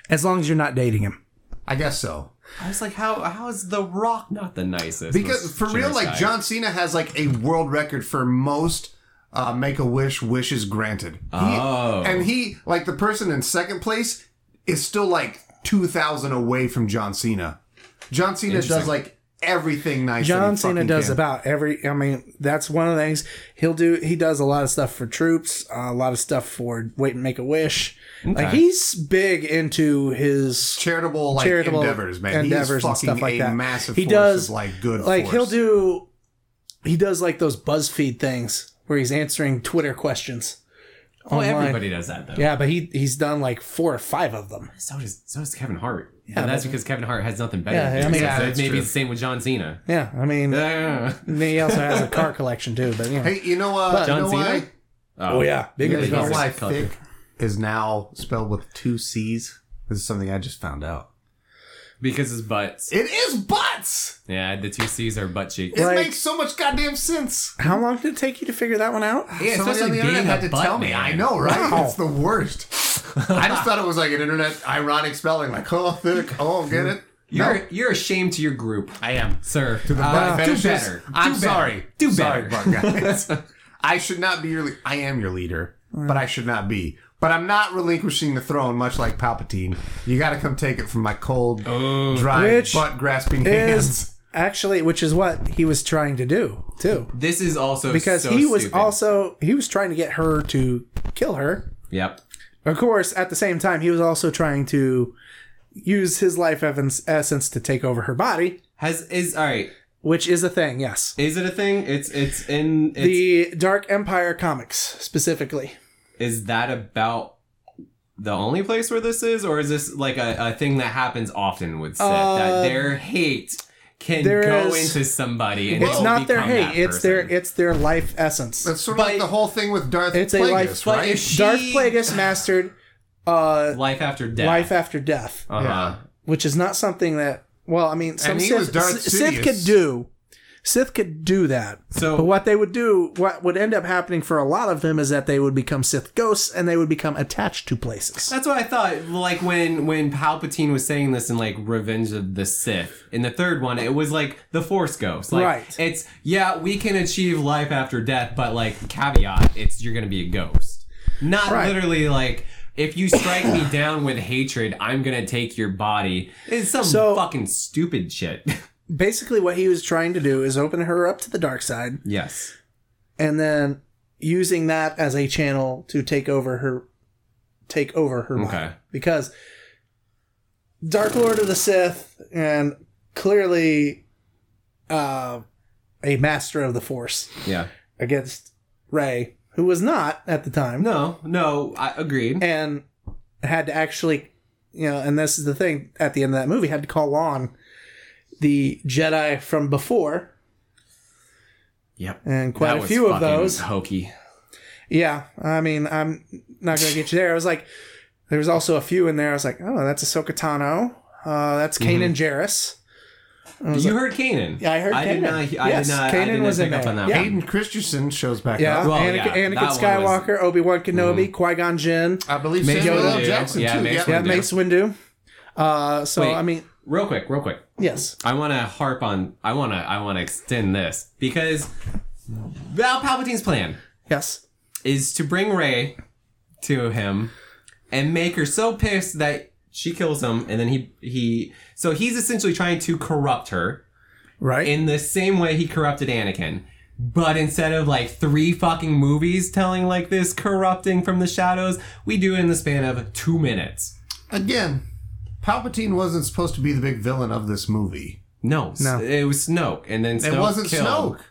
As long as you're not dating him.
I guess so.
I was like, how how is The Rock not the nicest?
Because
most
for real,
generous
like
guy?
John Cena has like a world record for most uh, make a wish wishes granted. He,
Oh.
and he like the person in second place is still like two thousand away from John Cena. John Cena does
Interesting.
like everything nice. that he
John Cena
fucking
does
can.
about
Every, I mean, that's one of the things he'll do. He does a lot of stuff for troops, uh, a lot of stuff for Wait and Make a Wish. Like he's big into his
charitable like
charitable
endeavors, man.
endeavors
He's
and
fucking
stuff like
a
that.
massive
He
force
does,
of, like good
like
force.
he'll do he does like those buzzfeed things where he's answering twitter questions
Oh,
online.
everybody does that though.
yeah but he he's done like four or five of them
So does so does Kevin Hart. Yeah, that's because Kevin Hart has nothing better.
Yeah,
to do.
I mean,
So
yeah,
that's
maybe
true.
it's the same with John Cena.
yeah i mean
Yeah.
and he also has a car collection too but yeah
Hey, you know uh,
John
you know
Cena?
why?
oh yeah big
You
as
know
he's
why
color.
thick is now spelled with two C's? This is something I just found out.
because his butts.
It is butts.
Yeah, the two C's are butt cheek.
It
Like-
makes so much goddamn sense.
how long did it take you to figure that one out
Somebody
Yeah,
on
especially
the
being
internet
a
had to
butt
tell me.
man.
I know, right? It's the worst. I just thought it was like an internet ironic spelling, like oh thick, oh get it.
You're
No.
you're a shame to your group. I am, sir. To the
Butt
do
fetishes.
better.
Uh, I'm
do
sorry.
Better. Do
sorry,
better.
butt guys. I should not be your. Le- I am your leader, but I should not be. But I'm not relinquishing the throne, much like Palpatine. You got to come take it from my cold, dry,
Which
butt grasping hands.
is actually which is what he was trying to do too
This is also
because
so
he was
stupid.
also he was trying to get her to kill her
Yep.
of course at the same time he was also trying to use his life ev- essence to take over her body
Has is all right.
which is a thing yes
Is it a thing? It's it's in. It's,
the Dark Empire comics specifically.
is that about the only place where this is, or is this like a, a thing that happens often with Sith that their hate can
Uh, there
go
is-
into somebody and
It's
they'll
not their
Oh, become
hate;
that
it's their
person.
it's their life essence.
That's sort of like the whole thing with Darth
It's a
Plagueis,
life-
but
right?
if she,
Darth Plagueis mastered uh,
life after death,
life after death,
uh-huh.
which is not something that well, I mean, some
And he
Sith,
was Darth
S- Sith
Sidious.
could do. Sith could do that.
So-
but what they would do, what would end up happening for a lot of them, is that they would become Sith ghosts and they would become attached to places.
That's what I thought. Like when when Palpatine was saying this in like Revenge of the Sith in the third one, it was like the Force Ghost. Like,
Right.
It's yeah, we can achieve life after death, but like caveat, it's you're gonna be a ghost. Not
Right.
literally like if you strike me down with hatred, I'm gonna take your body. It's some
So-
fucking stupid shit.
Basically, what he was trying to do is open her up to the dark side,
yes.
and then using that as a channel to take over her take over her mind.
Okay.
because dark lord of the sith and clearly uh, a master of the force
Yeah.
against ray who was not at the time
No. No. I agreed.
and had to actually you know and this is the thing at the end of that movie had to call on the jedi from before
Yep.
and quite
That
a
was
few of
fucking
those
hokey.
Yeah, I mean, I'm not gonna get you there. I was like, there
Mm-hmm.
was also a few in there. I was like, oh, that's Ahsoka Tano. Uh, that's Kanan Jarrus.
You heard Kanan.
I heard
I did
Kanan.
not. I
Yes,
did not. I
Kanan
didn't
was in
pick up
there.
on that.
Yeah.
one.
Hayden Christensen shows back
Yeah,
up.
Well,
Anakin,
yeah,
Anakin
that one was- Mm-hmm.
Skywalker, Obi Wan Kenobi, Qui Gon Jinn,
I believe
Mace
Samuel L.
Windu.
Jackson
Yeah,
too.
Mace
yeah.
yeah,
Windu.
Mace Windu. Uh, so
Wait.
I mean,
Real quick, real quick.
yes,
I want to harp on. I want to. I want to extend this because Val Palpatine's plan
yes,
is to bring Ray to him and make her so pissed that she kills him, and then he he. So he's essentially trying to corrupt her
right.
in the same way he corrupted Anakin. But instead of like three fucking movies telling like this corrupting from the shadows, we do it in the span of two minutes.
Again, Palpatine wasn't supposed to be the big villain of this movie.
No, no. it was Snoke, and then Snoke
it wasn't
killed.
Snoke.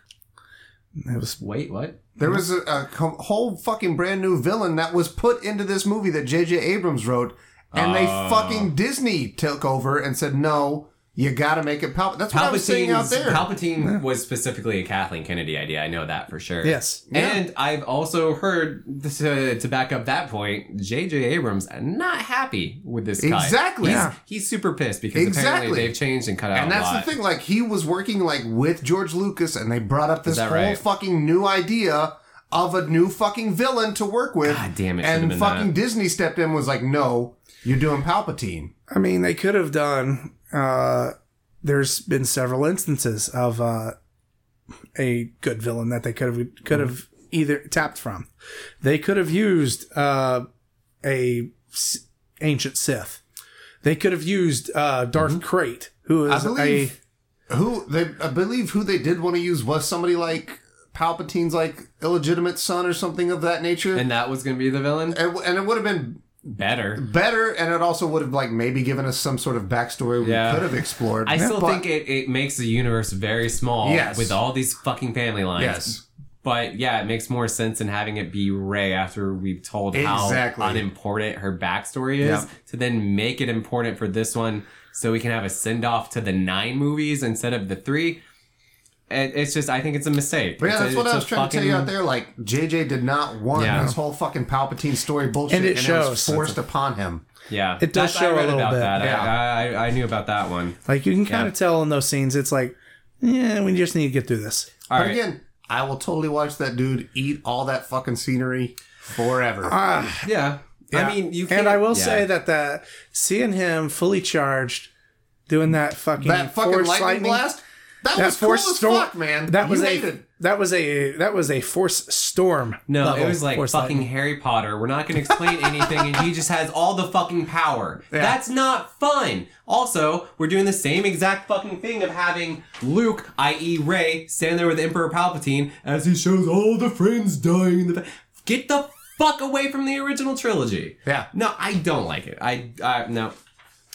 It was
Wait, what?
There was a, a com- whole fucking brand new villain that was put into this movie that J.J. Abrams wrote, and they fucking Disney took over and said, "No, you got to make it Palpatine." That's what I was
Palpatine's,
saying out there.
Palpatine was specifically a Kathleen Kennedy idea. I know that for sure.
Yes.
And I've also heard uh, to, to back up that point, J.J. Abrams not happy with this guy.
Exactly.
He's,
Yeah.
he's super pissed because apparently
Exactly.
they've changed and cut out.
and
a
that's
lot.
the thing. Like he was working like with George Lucas, and they brought up this
that
whole
right?
fucking new idea of a new fucking villain to work with.
God damn it, should've
And
been
fucking
that.
Disney stepped in, and was like, "No, you're doing Palpatine."
I mean, they could have done. Uh, there's been several instances of uh, a good villain that they could have could
Mm-hmm.
have either tapped from. They could have used uh, a s- ancient Sith. They could have used uh, Darth Crate, who
Mm-hmm. I
is
believe
a
who they I believe who they did want to use was somebody like Palpatine's like illegitimate son or something of that nature. And
And that was going to be the villain?
and, it would have been
Better.
better, and it also would have like maybe given us some sort of backstory we
Yeah.
could have explored.
I still
But-
think it, it makes the universe very small
Yes.
with all these fucking family lines.
yes,
But yeah, it makes more sense in having it be Ray after we've told
Exactly.
how unimportant her backstory is
Yep.
to then make it important for this one so we can have a send off to the nine movies instead of the three. It, it's just, I think it's a mistake.
but yeah,
It's a-
that's what
it's
I
a
was trying to tell you
fucking-
out there. Like JJ did not want
Yeah.
this whole fucking Palpatine story bullshit,
And it
was
shows.
forced upon him.
Yeah,
It does
That's-
show
I
a
read
little
about
bit,
That.
yeah.
I, I, I knew about that one.
like you can kind of tell in those scenes. It's like, yeah, we just need to get through this.
All
but
right.
again, I will totally watch that dude eat all that fucking scenery forever.
Ah,
yeah. I mean, you can't,
and I will
yeah.
say that that seeing him fully charged, doing that fucking
that fucking
force
lightning, blast. That, was cool as
stor-
fuck, man.
That
You
was
made
a
it.
that was a that was a force storm.
No,
level
it was like
force
fucking
lightning.
Harry Potter. We're not going to explain anything, and he just has all the fucking power. That's not fun. Also, we're doing the same exact fucking thing of having Luke, i.e., Ray, stand there with Emperor Palpatine as he shows all the friends dying in the. Ba- Get the fuck away from the original trilogy.
Yeah.
No, I don't like it. I, I no.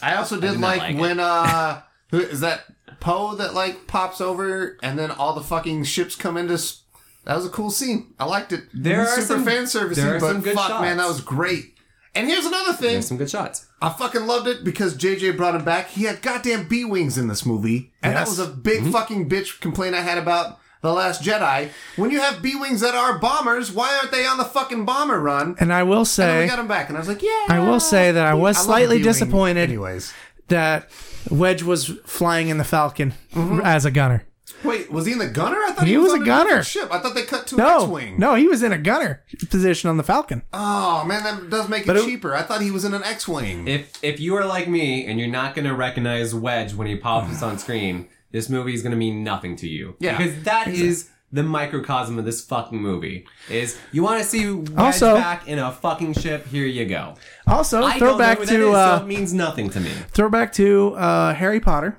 I also did,
not
like,
like it.
when uh who is that Poe that like pops over and then all the fucking ships come into s- that was a cool scene. I liked it.
There are
super
some-
fan service,
there are
but
some good
fuck
shots.
man, that was great. And here's another thing.
There's some good shots.
I fucking loved it because JJ brought him back. He had goddamn B wings in this movie, and that
Yes.
was a big fucking bitch complaint I had about the Last Jedi. When you have B wings that are bombers, why aren't they on the fucking bomber run?
And I will
And then we
say
got Ah, him back, and I was like, yeah.
I will say that I was
love
slightly
B-wing
disappointed
Anyways,
that Wedge was flying in the Falcon
Mm-hmm.
as a gunner.
Wait, was he in the gunner? I thought he,
He
was,
was a
on different
gunner.
Ship. I thought they cut to an
No,
X-wing.
no, he was in a gunner position on the Falcon.
Oh man, that does make it,
But it-
cheaper. I thought he was in an X-wing.
If if you are like me and you're not gonna recognize Wedge when he pops on screen, this movie is gonna mean nothing to you.
Yeah.
because that is the microcosm of this fucking movie. Is you want to see Wedge
Also-
back in a fucking ship? Here you go.
Also,
I don't know
throwback
who that
to
is, so
uh,
it means nothing to me.
throwback to uh, Harry Potter,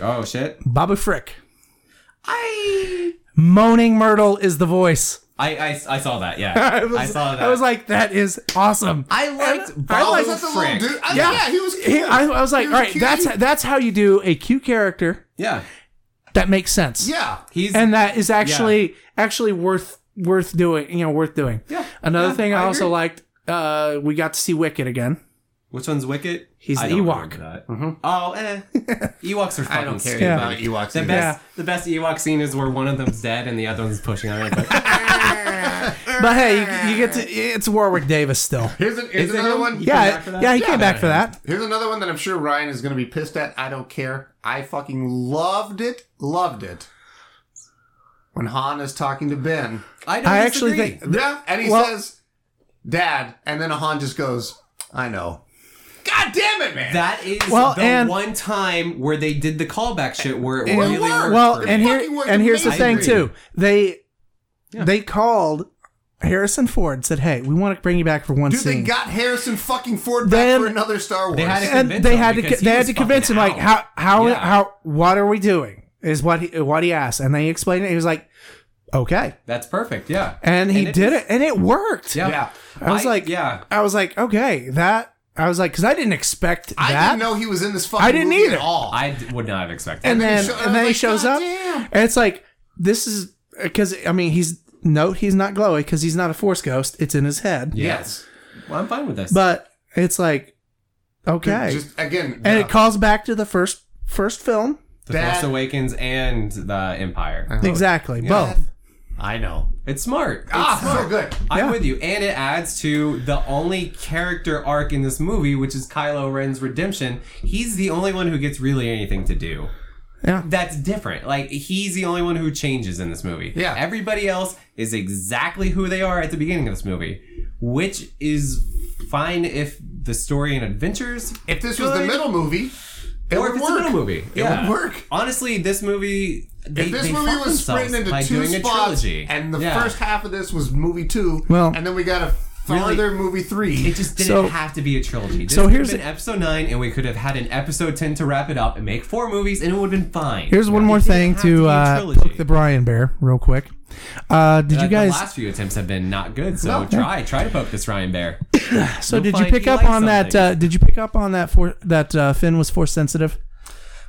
Oh shit!
Babu Frick.
I
Moaning Myrtle is the voice.
I I, I saw that. Yeah, I,
was,
saw that.
I was like, that is awesome.
I liked.
I
Bobo
liked-
was that the
Frick.
little dude? I, yeah.
Yeah.
yeah, he was. Cute.
He- I, I was like,
He
all right,
cute.
that's that's how you do a cute character
Yeah,
that makes sense.
yeah.
he's
and that is actually actually worth worth doing. You know, worth doing.
Yeah.
Another
Yeah,
thing I,
I
also
agree.
liked, uh, we got to see Wicked again.
Which one's Wicket?
He's
I
the
don't
Ewok.
remember that. Oh, eh. Ewoks are fucking
I don't care
stupid.
about Ewoks.
The
either.
best, the best Ewok scene is where one of them's dead and the other one's pushing on it. Like,
But hey, you, you get to it's Warwick Davis still.
Here's, an, here's
Is it
another
him?
one.
He came
Yeah,
back for that?
yeah, he
Yeah.
came back for that.
Here's another one that I'm sure Ryan is going to be pissed at. I don't care. I fucking loved it. Loved it. When Han is talking to Ben.
I, don't
I actually
disagree.
think-
Yeah, and he
Well-
says, "Dad," and then Han just goes, "I know." God damn it, man!
That is
Well,
the
and-
one time where they did the callback shit where it really
worked.
worked.
Well,
for
and
me.
fucking
here
worked
and here's the
amazing.
thing
I
too. They
Yeah.
they called Harrison Ford said, "Hey, we want to bring you back for one
Dude, they
scene."
got Harrison fucking Ford back
Then-
for another Star Wars.
They had to
and
convince
they
him
had to
because he
they had
was
to convince him
fucking
like how
out.
how
Yeah.
how what are we doing is what he, what he asked and they explained it. He was like, "Okay,"
That's perfect. Yeah.
and he
And it
did it and it worked.
Yeah.
Yeah.
I was like,
yeah.
I was like, okay, that. I was like, because I didn't expect
I
that.
didn't know he was in this fucking.
I didn't
movie
either.
At all.
I d- would not have expected.
and
that.
then
he show- I
and
was
then he
like,
shows
"God
up,
damn."
and it's like this is because I mean he's no, he's not glowy because he's not a force ghost. It's in his head.
yes.
well, I'm fine with this.
But it's like okay,
Just again, yeah.
and it calls back to the first first film
the
that-
Force Awakens and the Empire.
Uh, exactly. Both.
I know.
It's smart. It's
ah,
smart.
so good.
Yeah.
I'm with you. And it adds to the only character arc in this movie, which is Kylo Ren's redemption. He's the only one who gets really anything to do.
Yeah.
That's different. Like, he's the only one who changes in this movie.
Yeah.
Everybody else is exactly who they are at the beginning of this movie, which is fine if the story and adventures.
If this was the
Good.
middle movie, it
or
would
if it's
work.
a middle movie. It
would work.
Honestly, this movie. They,
If this
they
movie
fucked
was
themselves
split into
by
two
doing a
spots,
trilogy.
and the
Yeah.
first half of this was movie two,
Well-
and then we got a
Really?
farther movie three.
It just didn't
So-
have to be a trilogy. This
so
could
here's
have been
the-
episode nine, and we could have had an episode ten to wrap it up and make four movies, and it would have been fine.
Here's one more
It didn't
thing
have
to
be a
uh,
trilogy.
poke the Brian bear real quick. Uh, did
Uh,
you guys?
The last few attempts have been not good, so try try to poke this Ryan Bear.
so did you
find
pick
you
up
like
on that?
something.
Uh, did you pick up on that? For that uh, Finn was force sensitive.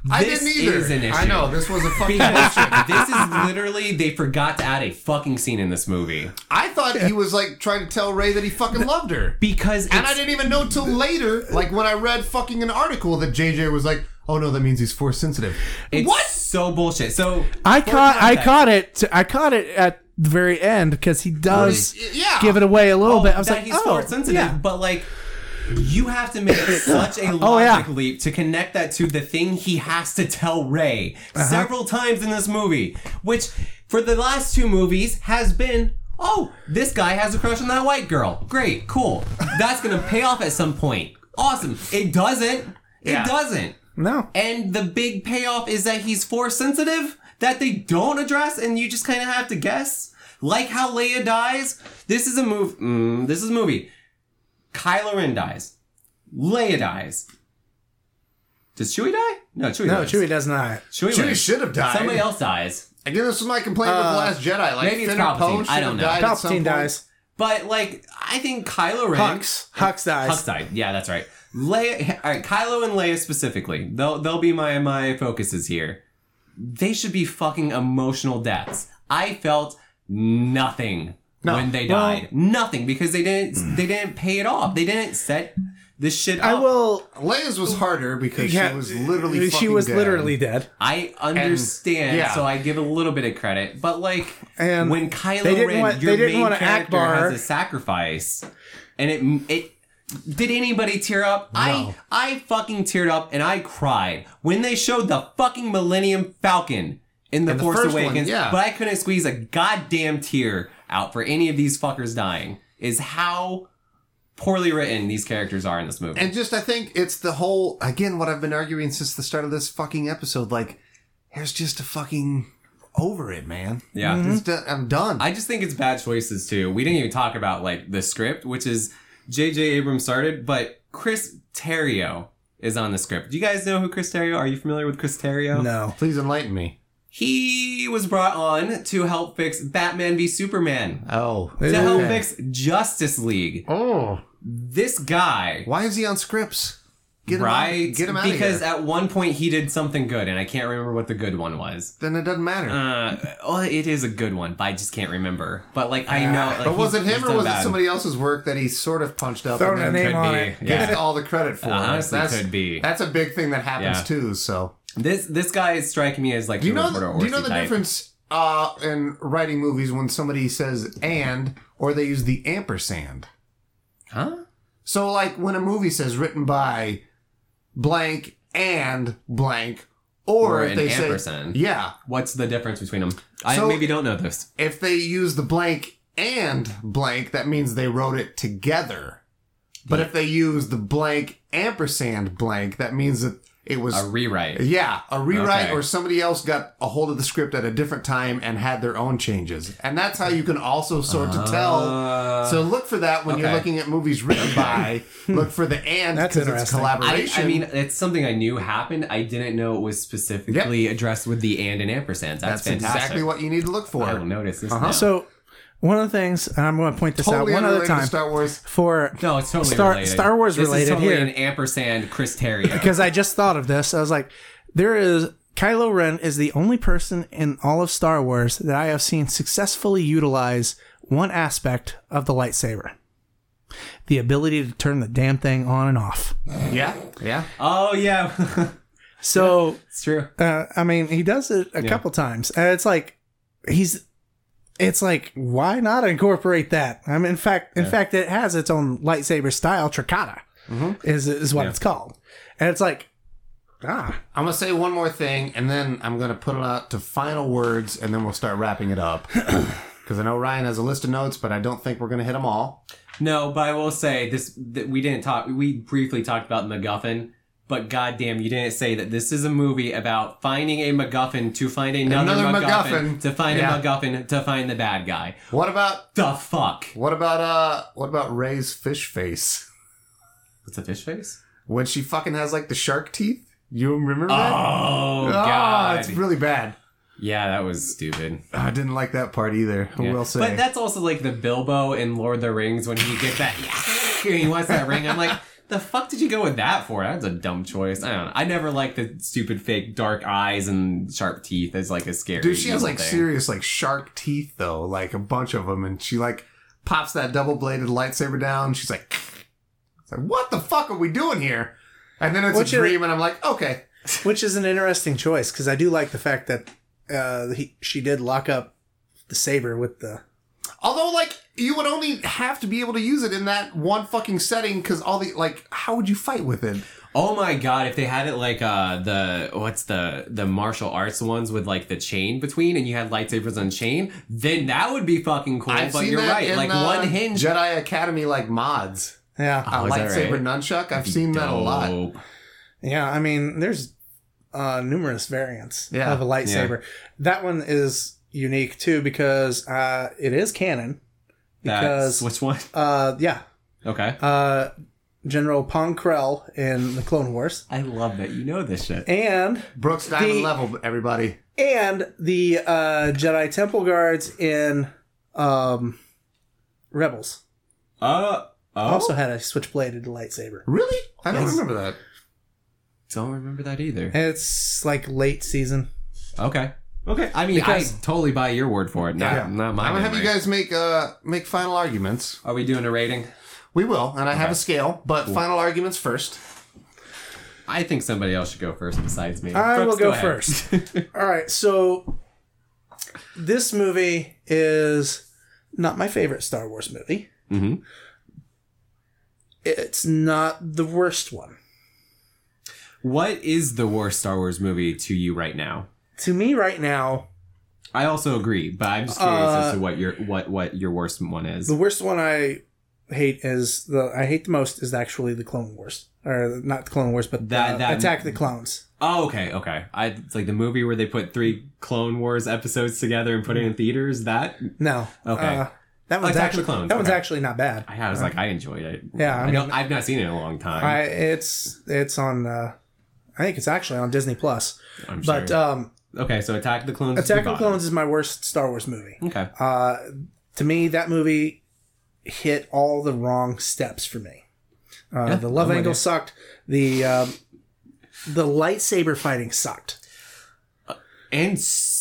I
This
didn't either.
is an issue.
I know this was a fucking
Because
bullshit.
this is literally they forgot to add a fucking scene in this movie
I thought he was like trying to tell Ray that he fucking loved her.
because
And
it's-
I didn't even know till later, like when I read fucking an article that JJ was like, "Oh no, that means he's force sensitive."
it's
what?
so bullshit. So
I
for
caught I
context-
caught it I caught it at the very end because he does
y- yeah.
give it away a little
oh,
bit. I was
that
like,
he's
oh,
forward sensitive,
yeah.
but like you have to make such a logic
Oh, yeah.
leap to connect that to the thing he has to tell Ray
Uh-huh.
several times in this movie, which for the last two movies has been. Oh, this guy has a crush on that white girl. Great, cool. That's gonna pay off at some point. Awesome. It doesn't. It
Yeah.
doesn't.
No,
And the big payoff is that he's force sensitive that they don't address, and you just kind of have to guess. Like how Leia dies. This is a move. Mm, this is a movie. Kylo Ren dies. Leia dies. Does Chewie die? No, Chewie.
no,
dies.
Chewie does not.
Chewie,
Chewie
lives.
should have died.
Somebody else dies.
Again, this was my complaint with the Last Jedi. Like
Uh, maybe it's
Finn or Poe
Palpatine.
should
I don't
have
know.
died at some
Palpatine
point.
dies.
But like, I think Kylo Ren.
Hux. Hux dies.
Hux died. Yeah, that's right. Leia, all right, Kylo and Leia specifically. They'll they'll be my my focuses here. They should be fucking emotional deaths. I felt nothing when they died. Nothing because they didn't they didn't pay it off. They didn't set this shit up.
I will.
Leia's was harder because
Yeah,
she was literally
she
fucking
was
dead.
literally dead.
I understand,
And- yeah.
so I give a little bit of credit. But like
And
when Kylo
they didn't
Ren,
want-
your
they didn't
main
want to
character
Akbar.
has a sacrifice, and it it did anybody tear up? I I fucking teared up and I cried when they showed the fucking Millennium Falcon in the
the
Force
first one,
Awakens.
yeah.
But I couldn't squeeze a goddamn tear out for any of these fuckers dying. Is how poorly written these characters are in this movie.
And just, I think it's the whole, again, what I've been arguing since the start of this fucking episode. Like, here's just a fucking over it, man.
yeah. Mm-hmm.
It's do- I'm done.
I just think it's bad choices too. We didn't even talk about like the script, which is J.J. Abrams started, but Chris Terrio is on the script. Do you guys know who Chris Terrio? Are you familiar with Chris Terrio?
No.
Please enlighten me.
He was brought on to help fix Batman v Superman.
Oh.
To help
Okay.
fix Justice League.
Oh.
This guy
Why is he on scripts? Get him
right?
Out, get him out
because
of here.
at one point he did something good, and I can't remember what the good one was.
then it doesn't matter.
Uh, oh, it is a good one, but I just can't remember. But like I know, like,
Uh, but was
he's-
it him
he's
or
done
was
bad.
it somebody else's work that he sort of punched up
Throwing
and
a
then
name
Could
on
be,
it.
yeah. Uh,
gets all the credit for?
Honestly,
that's,
could be.
That's a big thing that happens
Yeah.
too. So
This this guy is striking me as like
do you
the
know
Roberto
the, do you know
Orsi
the
type.
difference uh, in writing movies when somebody says and or they use the ampersand?
Huh?
So like when a movie says written by blank and blank, or,
Or
if
an
they
ampersand.
say yeah,
What's the difference between them? I
So-
maybe don't know this.
if they use the blank and blank, that means they wrote it together. But if they use the blank ampersand blank, that means that it was
A rewrite.
yeah a rewrite
Okay.
or somebody else got a hold of the script at a different time and had their own changes, and that's how you can also sort of tell.
Uh,
So look for that when you're
okay.
looking at movies written by. look for the and
That's
because it's
interesting.
I,
collaboration.
I mean, it's something I knew happened. I didn't know it was specifically addressed with the and and ampersands. That's,
that's
fantastic.
exactly what Uh-huh. you need to look
I will
for.
notice this. now.
So, one of the things, and I'm going to point this
Totally
out one other
unrelated to
time
Star Wars.
for
No, it's totally
Star-
related.
Star Wars
This
related
is totally
here.
An ampersand Chris Terrio.
because I just thought of this. I was like, there is Kylo Ren is the only person in all of Star Wars that I have seen successfully utilize one aspect of the lightsaber. The ability to turn the damn thing on and off.
Yeah, yeah.
oh yeah,
So,
it's true.
uh, I mean, he does it a couple times. And it's like, he's, it's like, why not incorporate that? I mean, in fact, in fact, it has its own lightsaber style, Tricata, is, is what it's called. And it's like, ah,
I'm gonna say one more thing, and then I'm gonna put it out to final words, and then we'll start wrapping it up. Because I know Ryan has a list of notes, but I don't think we're gonna hit them all.
No, but I will say this: that we didn't talk. We briefly talked about MacGuffin, but goddamn, you didn't say that this is a movie about finding a MacGuffin to find another,
Another
MacGuffin,
MacGuffin.
to find
Yeah.
a MacGuffin to find the bad guy.
What about
The fuck?
what about uh what about Ray's fish face
What's a fish face?
when she fucking has like the shark teeth? You remember
Oh,
that? Ah,
god!
it's really bad.
yeah, that was stupid.
I didn't like that part either. I
Yeah.
will say.
But that's also like the Bilbo in Lord of the Rings when he gets that and he wants that ring. I'm like, the fuck did you go with that for? That's a dumb choice. I don't know. I never liked the stupid fake dark eyes and sharp teeth as like a scary.
Dude, she has
evil
like
thing.
serious like shark teeth though, like a bunch of them, and she like pops that double bladed lightsaber down. She's like, it's like, what the fuck are we doing here? And then it's
Which
a
are-
dream, and I'm like, okay,
Which is an interesting choice because I do like the fact that uh, he, she did lock up the saber with the.
Although, like, you would only have to be able to use it in that one fucking setting because all the like, how would you fight with it?
Oh my god! If they had it like uh the what's the the martial arts ones with like the chain between and you had lightsabers on chain, then that would be fucking cool. but you're right. like
uh,
one hinge.
Jedi Academy like mods,
Yeah,
a
Oh, is that
lightsaber
right?
nunchuck. I've seen that a lot.
Dope.
yeah. I mean, there's uh, numerous variants
Yeah.
of a lightsaber. That one is unique too because uh, it is canon.
That's
Because
which one?
uh, yeah,
Okay.
uh, General Pong Krell in the Clone Wars,
I love that you know this shit.
and
Brooks Diamond
The-
level, everybody.
and the uh, Jedi Temple guards in um, Rebels
Uh oh.
also had a switchbladed lightsaber.
Really? I don't
Yes.
remember that.
Don't remember that either.
It's like late season.
Okay. Okay. I mean,
Because-
I totally buy your word for it. Not,
Yeah.
not my.
I'm gonna have you
memory.
guys make uh make final arguments.
Are we doing a rating?
We will, and I have a scale, but final arguments first.
I think somebody else should go first besides me.
I
Brooks,
will go
ahead.
first. All right, so this movie is not my favorite Star Wars movie.
Mhm.
It's not the worst one.
What is the worst Star Wars movie to you right now?
To me, right now,
I also agree, but I'm just curious
Uh,
as to what your what what your worst one is.
the worst one I hate is the I hate the most is actually the Clone Wars, or not the Clone Wars, but
That-
the
that-
Attack the Clones.
Oh, okay, okay. I it's like the movie where they put three Clone Wars episodes together and put it in
Mm.
theaters. That
No,
Okay.
uh, that one's
Attack the
actually
Clones,
that one's
okay.
actually not bad.
I was like, I enjoyed it.
Uh, Yeah, I
I,
mean-
don't, I've not seen it in a long time.
I it's it's on. Uh, I think it's actually on Disney Plus.
I'm sure.
But um,
okay, so Attack the Clones. is the
Attack of the
bottom.
Clones is my worst Star Wars movie.
Okay.
Uh, to me, that movie hit all the wrong steps for me. Uh, the love angle sucked. The um, the lightsaber fighting sucked.
and s-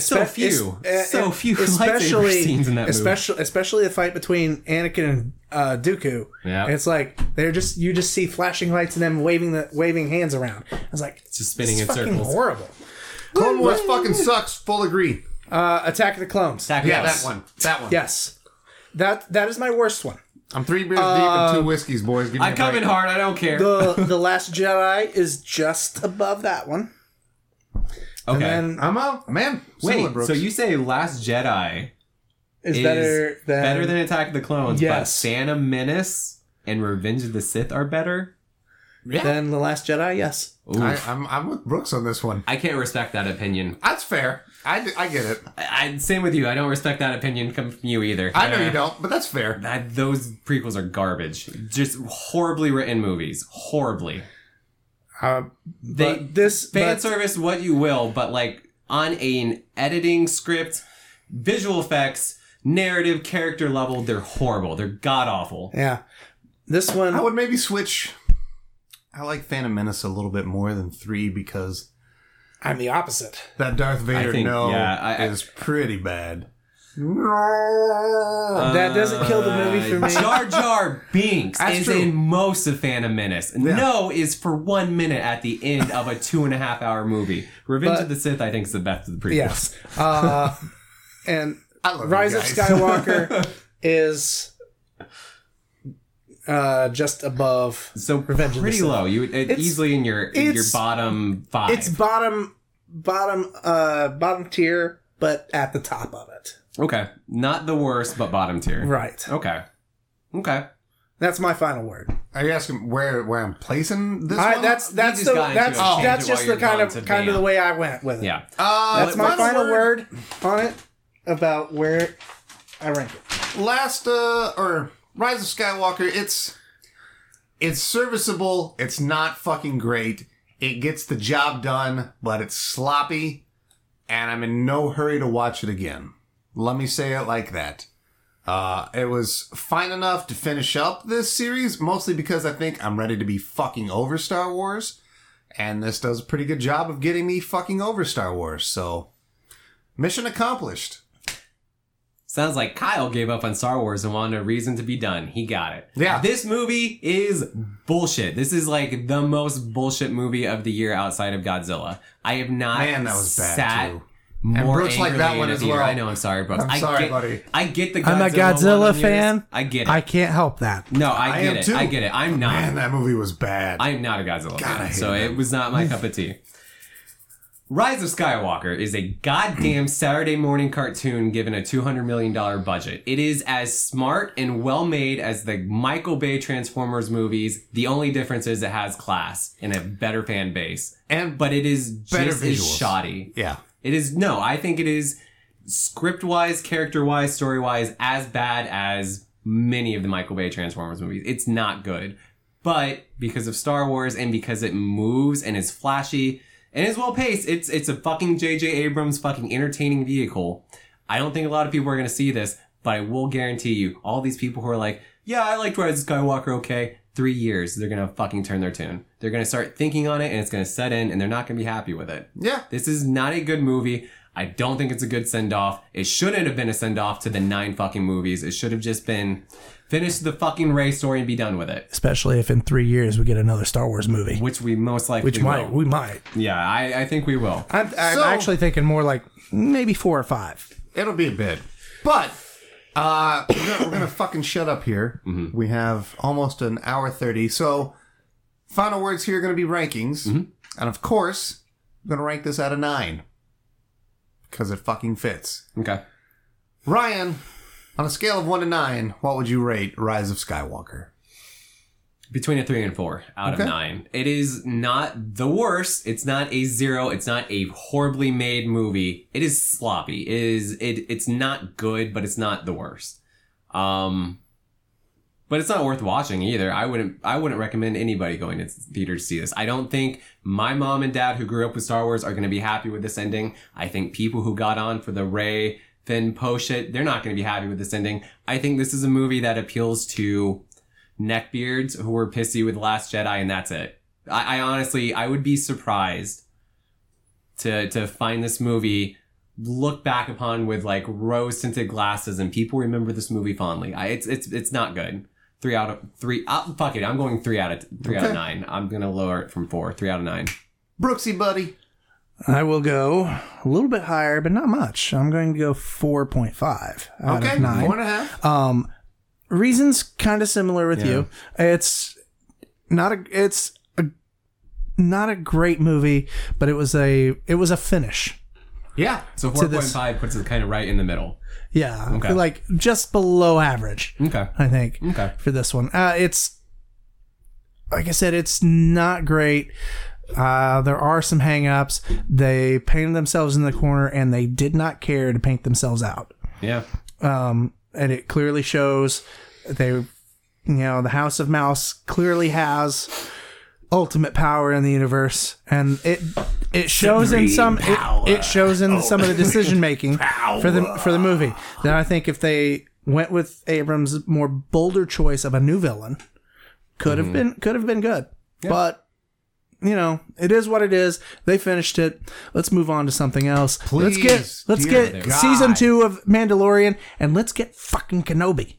so
Espe-
few,
es- uh,
so
uh,
few lightsaber scenes in that movie.
especially, Especially the fight between Anakin and uh, Dooku.
Yeah.
It's like they're just you just see flashing lights and them waving the waving hands around. I was like, it's
just spinning in
fucking
circles.
Horrible.
Clone Wars fucking sucks. Full agree.
Uh, Attack of the Clones.
Attack of
Yeah,
the-
that one. That one.
yes, that that is my worst one.
I'm three beers deep and two whiskeys, boys. Give me
I'm
a
coming
break.
hard. I don't care.
The the Last Jedi is just above that one.
okay.
And uh,
I'm out, man. Similar,
Wait,
Brooks.
so you say Last Jedi
is,
is
better than
better than Attack of the Clones,
Yes.
but Phantom Menace and Revenge of the Sith are better?
than the Last Jedi. Yes.
Ooh,
I,
I,
I'm I'm with Brooks on this one.
can't respect that opinion.
That's fair. I, d- I get it.
I, I, same with you. I don't respect that opinion come from you either.
I know
Uh,
you don't, but that's fair.
That, those prequels are garbage. Just horribly written movies. Horribly.
Uh,
They
But this-
fan
but-
service what you will, but like on an editing script, visual effects, narrative, character level, they're horrible. They're god awful.
yeah. This one.
I would maybe switch. I like Phantom Menace a little bit more than three because
I'm the opposite.
that Darth Vader
think-
no
yeah, I- I-
is pretty bad.
that doesn't kill the movie for me.
Uh, Jar Jar Binks
That's
is
true.
in most of Phantom Menace. No is for one minute at the end of a two and a half hour movie. Revenge of the Sith, I think, is the best of the prequels.
Yes. Uh, and
I love you
Rise of
guys.
Skywalker is uh, just above.
So
Revenge of the
pretty
Sith.
low. You it, easily in your in your
it's-
bottom five.
It's bottom, bottom, uh, bottom tier, but at the top of it.
okay, not the worst, but bottom tier.
Right.
Okay. Okay.
That's my final word.
Are you asking where where I'm placing this?
I,
one?
that's that's
just
the,
got into
that's
it. Change
that's
it
just
while
the kind
you're
of
gone to
kind of
Van.
the way I went with it.
Yeah.
Uh,
That's my
last
final word on it about where I rank it.
Last uh, or Rise of Skywalker. It's it's serviceable. It's not fucking great. It gets the job done, but it's sloppy, and I'm in no hurry to watch it again. Let me say it like that. Uh, it was fine enough to finish up this series, mostly because I think I'm ready to be fucking over Star Wars, and this does a pretty good job of getting me fucking over Star Wars. So, mission accomplished.
Sounds like Kyle gave up on Star Wars and wanted a reason to be done. He got it.
Yeah.
This movie is bullshit. This is like the most bullshit movie of the year outside of Godzilla. I have not
Man, that was bad,
sat
too.
more
Brooks liked
angrily
that
in
one
a
as
theater.
well.
I know. I'm sorry, Brooks.
I'm
I
sorry,
get,
buddy.
I get the. Godzilla
I'm a
one on
Godzilla
yours.
fan.
I get it.
I can't help that.
no, I,
I
get
am
it.
too.
I get it. I'm not.
Man, that movie was bad.
I am not a Godzilla
I
fan,
hate
so it was not my cup of tea. Rise of Skywalker is a goddamn Saturday morning cartoon given a $200 million budget. It is as smart and well made as the Michael Bay Transformers movies. The only difference is it has class and a better fan base.
And
But it is
Better
just as
visuals.
shoddy.
yeah,
It is, no, I think it is script wise, character wise, story wise, as bad as many of the Michael Bay Transformers movies. It's not good. But because of Star Wars and because it moves and is flashy and is well paced, it's it's a fucking J.J. Abrams fucking entertaining vehicle. I don't think a lot of people are going to see this, but I will guarantee you, all these people who are like, yeah, I liked Rise of Skywalker, okay, three years, they're going to fucking turn their tune. They're going to start thinking on it and it's going to set in and they're not going to be happy with it.
yeah.
This is not a good movie. I don't think it's a good send off. It shouldn't have been a send off to the nine fucking movies. It should have just been finish the fucking Ray story and be done with it,
Especially if in three years we get another Star Wars movie.
which we most likely
Which might
will.
we might.
Yeah, I, I think we will.
I'm, I'm
So-
actually thinking more like maybe four or five.
It'll be a bit, but uh, we're, gonna, we're gonna fucking shut up here.
Mm-hmm.
We have almost an hour thirty, so final words here are gonna be rankings,
Mm-hmm.
and of course, I'm gonna rank this out of nine because it fucking fits.
Okay.
Ryan, on a scale of one to nine, what would you rate Rise of Skywalker?
Between a three and four out of
Okay.
nine. It is not the worst. It's not a zero. It's not a horribly made movie. It is sloppy. It is it it's not good, but it's not the worst. Um but it's not worth watching either. I wouldn't I wouldn't recommend anybody going to theater to see this. I don't think my mom and dad who grew up with Star Wars are gonna be happy with this ending. I think people who got on for the Ray Finn Poe shit, they're not gonna be happy with this ending. I think this is a movie that appeals to neckbeards who were pissy with Last Jedi, and that's it. I, I honestly, I would be surprised to to find this movie look back upon with like rose tinted glasses, and people remember this movie fondly. I, it's it's it's not good. Three out of three. Uh, fuck it. I'm going three out of three out of
Okay.
nine. I'm gonna lower it from four. Three out of nine.
Brooksy buddy.
I will go a little bit higher, but not much. I'm going to go 4.5 out
Okay,
of 9.
four and a half.
Um, reasons kind of similar with you. It's not a. It's a not a great movie, but it was a. It was a finish.
yeah,
So four
To
point
this-
five puts it kind of right in the middle.
Yeah,
Okay.
like just below average,
Okay.
I think.
Okay.
For this one, uh, it's like I said, it's not great. Uh, there are some hangups. They painted themselves in the corner, and they did not care to paint themselves out.
Yeah.
um, and it clearly shows they you know the house of mouse clearly has ultimate power in the universe and it it shows in some it, it shows in some
Oh.
of the decision making for the for the movie then i think if they went with abrams more bolder choice of a new villain could
Mm-hmm.
have been could have been good but you know it is what it is they finished it let's move on to something else let's
Please,
get let's
dear
get
God.
season two of mandalorian and let's get fucking kenobi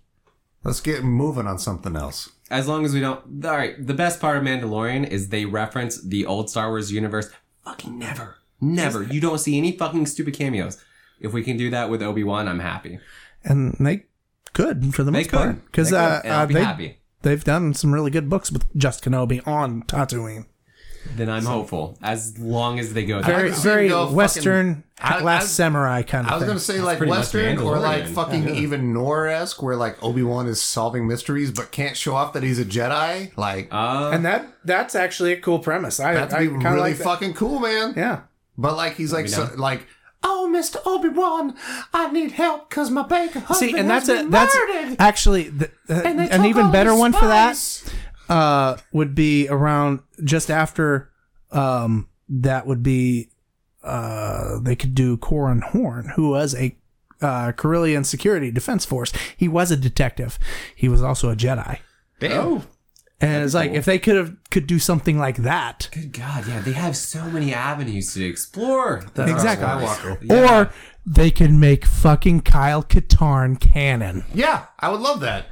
let's get moving on something else.
As long as we don't. All right. The best part of Mandalorian is they reference the old Star Wars universe. Fucking never, never. You don't see any fucking stupid cameos. If we can do that with Obi Wan, I'm happy.
and they could for the
They
most
could
part because
They could,
uh,
and I'll
uh,
be
they,
happy.
they've done some really good books with just kenobi on tatooine
Then I'm hopeful. As long as they go there.
very
could see
very
them go fucking-
western
I-
last
I-
samurai kind of
I was
thing
gonna say like
pretty much
Western or like
Mandalorian.
fucking even Nor esque, where like Obi Wan is solving mysteries but can't show off that he's a Jedi. Like
Uh,
And that that's actually a cool premise. I,
that'd
I
be
kind
really
like that.
fucking cool, man.
Yeah.
But like he's like so, like. Oh, Mr. Obi Wan, I need help because my baker husband
see and that's
has
a
Oh, been
that's
murdered.
actually the, uh,
And they
an
took
even
all
better
his
one for that
spice.
uh, would be around just after um, that would be uh, they could do Corin Horn, who was a uh, Carillion Security Defense Force. He was a detective. He was also a Jedi.
Damn.
And it's like if they could have could do something like that,
good God, yeah. They have so many avenues to explore.
exactly.
Skywalker.
Or they could make fucking Kyle Katarn canon.
Yeah, I would love that.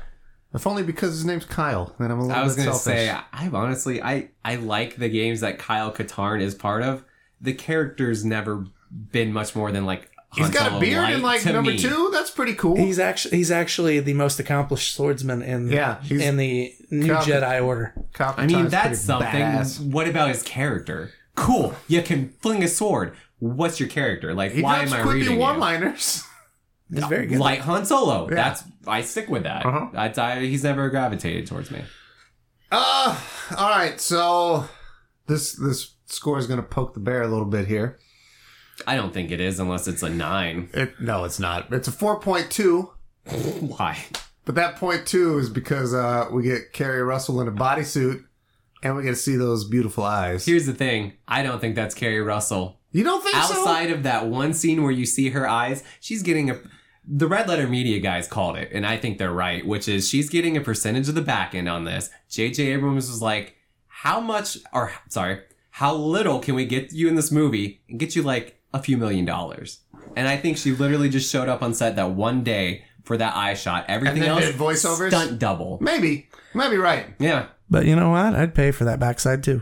If only because his name's Kyle, then I'm a little
I was
bit
gonna
selfish.
say, I've honestly, I I like the games that Kyle Katarn is part of. The character's never been much more than like.
He's
Han
got a
Solo
beard
light
in like
to
number
me.
two. That's pretty cool.
He's actually he's actually the most accomplished swordsman in
Yeah, he's-
in the new
Copy.
Jedi Order.
Kyle
I mean,
Katarn's
that's
pretty
something.
badass.
What about his character? Cool. You can fling a sword. What's your character like?
He
why
drops
am I
quippy
reading you?
one-liners.
He's very good.
Like Han Solo. That's I stick with that.
Uh-huh.
That's I, he's never gravitated towards me.
Uh, all right. So this this score is going to poke the bear a little bit here.
I don't think it is unless it's a nine.
It, no, it's not. It's a four point two,
Why?
but that point two is because uh, we get Carrie Russell in a bodysuit, and we get to see those beautiful eyes.
Here's the thing. I don't think that's Carrie Russell.
you don't think so?
outside of that one scene where you see her eyes, she's getting a. The red letter media guys called it, and I think they're right, which is she's getting a percentage of the back end on this. J.J. Abrams was like, how much, or sorry, how little can we get you in this movie and get you like a few million dollars? And I think she literally just showed up on set that one day for that eye shot. Everything
then
else,
did voiceovers?
stunt double.
Maybe, maybe right.
Yeah.
But you know what? I'd pay for that backside too.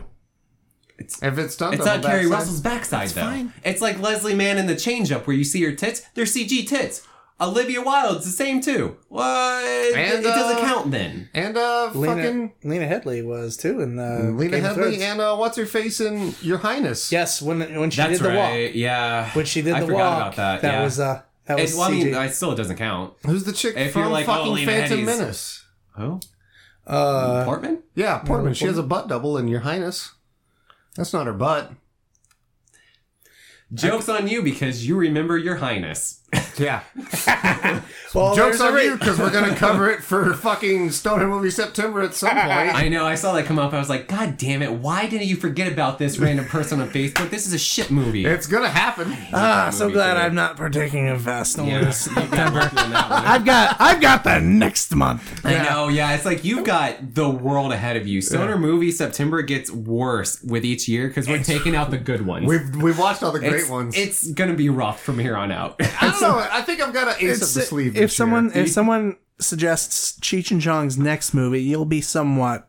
If it's done, double
It's not Carrie
backside-
Russell's backside though. It's like Leslie Mann in the changeup where you see her tits. They're CG tits. Olivia Wilde's the same too. What?
And,
it doesn't
uh,
count then.
and uh,
Lena,
fucking
Lena Headley was too in uh,
Lena
Game of
Headley
Thrones.
and uh, what's her face in Your Highness?
yes, when when she
That's
did the
right.
walk,
Yeah.
when she did
I
the
forgot
walk,
about that. yeah.
was uh, that
And,
was
well, I mean,
CG.
I still it doesn't count.
Who's the chick
If
from
you're like, oh,
fucking
Lena
Phantom
Headey's-
Menace?
Who?
uh,
Portman?
Yeah, Portman. She has a butt double in Your Highness. That's not her butt.
Joke's on you because you remember your highness.
Yeah.
Well,
Joke's
there's a
on you
re-
because we're going to cover it for fucking Stoner Movie September at some point.
I know. I saw that come up. I was like, God damn it! Why didn't you forget about this random person on Facebook? This is a shit movie.
It's going to happen.
Ah, so
movie
glad
today.
I'm not partaking of Vaseline.
yeah, you got lucky on that one.
I've got I've got the next month.
I know, yeah. It's like you've got the world ahead of you. Stoner movie September gets worse with each year because we're taking out the good ones.
We've, we've watched all the great
it's,
ones.
It's gonna be rough from here on out.
I don't know. I think I've got an ace up the
It's-
sleeve.
if
this year.
someone if someone suggests Cheech and Chong's next movie, you'll be somewhat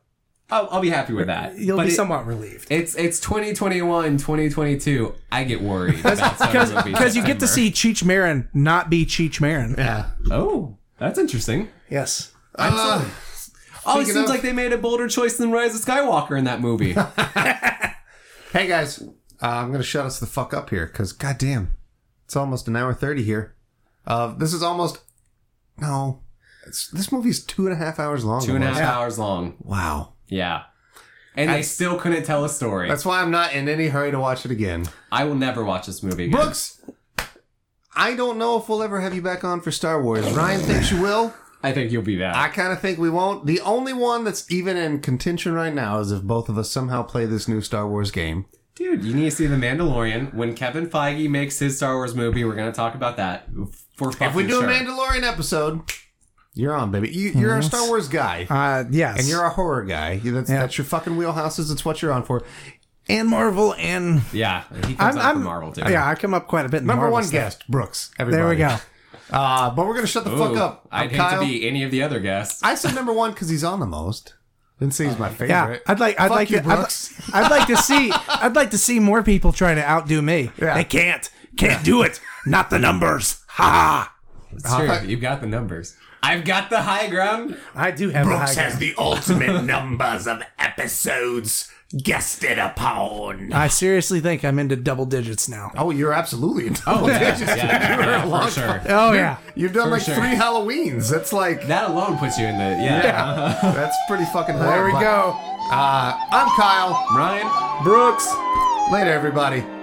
I'll, I'll be happy with that.
you'll
But
be
it-
somewhat relieved
It's it's 2021, 2022. I get worried about Stoner
because
movie
because you get to
September.
see Cheech Marin not be Cheech Marin.
Yeah.
Oh, that's interesting.
Yes.
Uh,
Oh,
Speaking
it seems
of-
like they made a bolder choice than Rise of Skywalker in that movie.
hey, guys. Uh, I'm going to shut us the fuck up here because, goddamn, it's almost an hour 30 here. Uh, this is almost. No. It's, this movie's two and a half hours long.
Two and a half
almost.
hours long.
Wow.
Yeah. And they still couldn't tell a story.
That's why I'm not in any hurry to watch it again.
I will never watch this movie again.
Brooks, I don't know if we'll ever have you back on for Star Wars. Ryan thinks you will.
I think you'll be back.
I kind of think we won't. The only one that's even in contention right now is if both of us somehow play this new Star Wars game.
Dude, you need to see The Mandalorian. When Kevin Feige makes his Star Wars movie, we're going to talk about that. For fucking
If we do
sure.
a Mandalorian episode, you're on, baby. You, you're a Star Wars guy,
Uh yes.
and you're a horror guy. You- That's, that's your fucking wheelhouses. It's what you're on for.
and Marvel and
yeah, he comes
I'm,
out
I'm
for Marvel too.
Yeah, I come up quite a bit in the
Number
Marvel
one
stuff.
guest, Brooks. Everybody.
There we go.
Uh, but we're gonna shut the
Ooh,
fuck up. I'm
I'd hate
Kyle.
to be any of the other guests.
I said number one because he's on the most. Didn't say he's my favorite.
Yeah, I'd like I'd
Fuck
like
you,
to, I'd,
Brooks.
I'd like to see I'd like to see more people try to outdo me.
Yeah.
They can't can't do it. Not the numbers. Ha!
It's true. You've got the numbers. I've got the high ground.
I do have a high ground.
the ultimate numbers of episodes guested upon.
I seriously think I'm into double digits now.
Oh, you're absolutely in double
Yeah,
digits.
yeah, yeah,
You're a
for
long
sure.
Oh yeah.
You've done like
sure.
three Halloweens. That's like
That alone puts you in the yeah.
that's pretty fucking. There
There we go.
Uh, I'm Kyle.
Ryan.
Brooks. Later, everybody.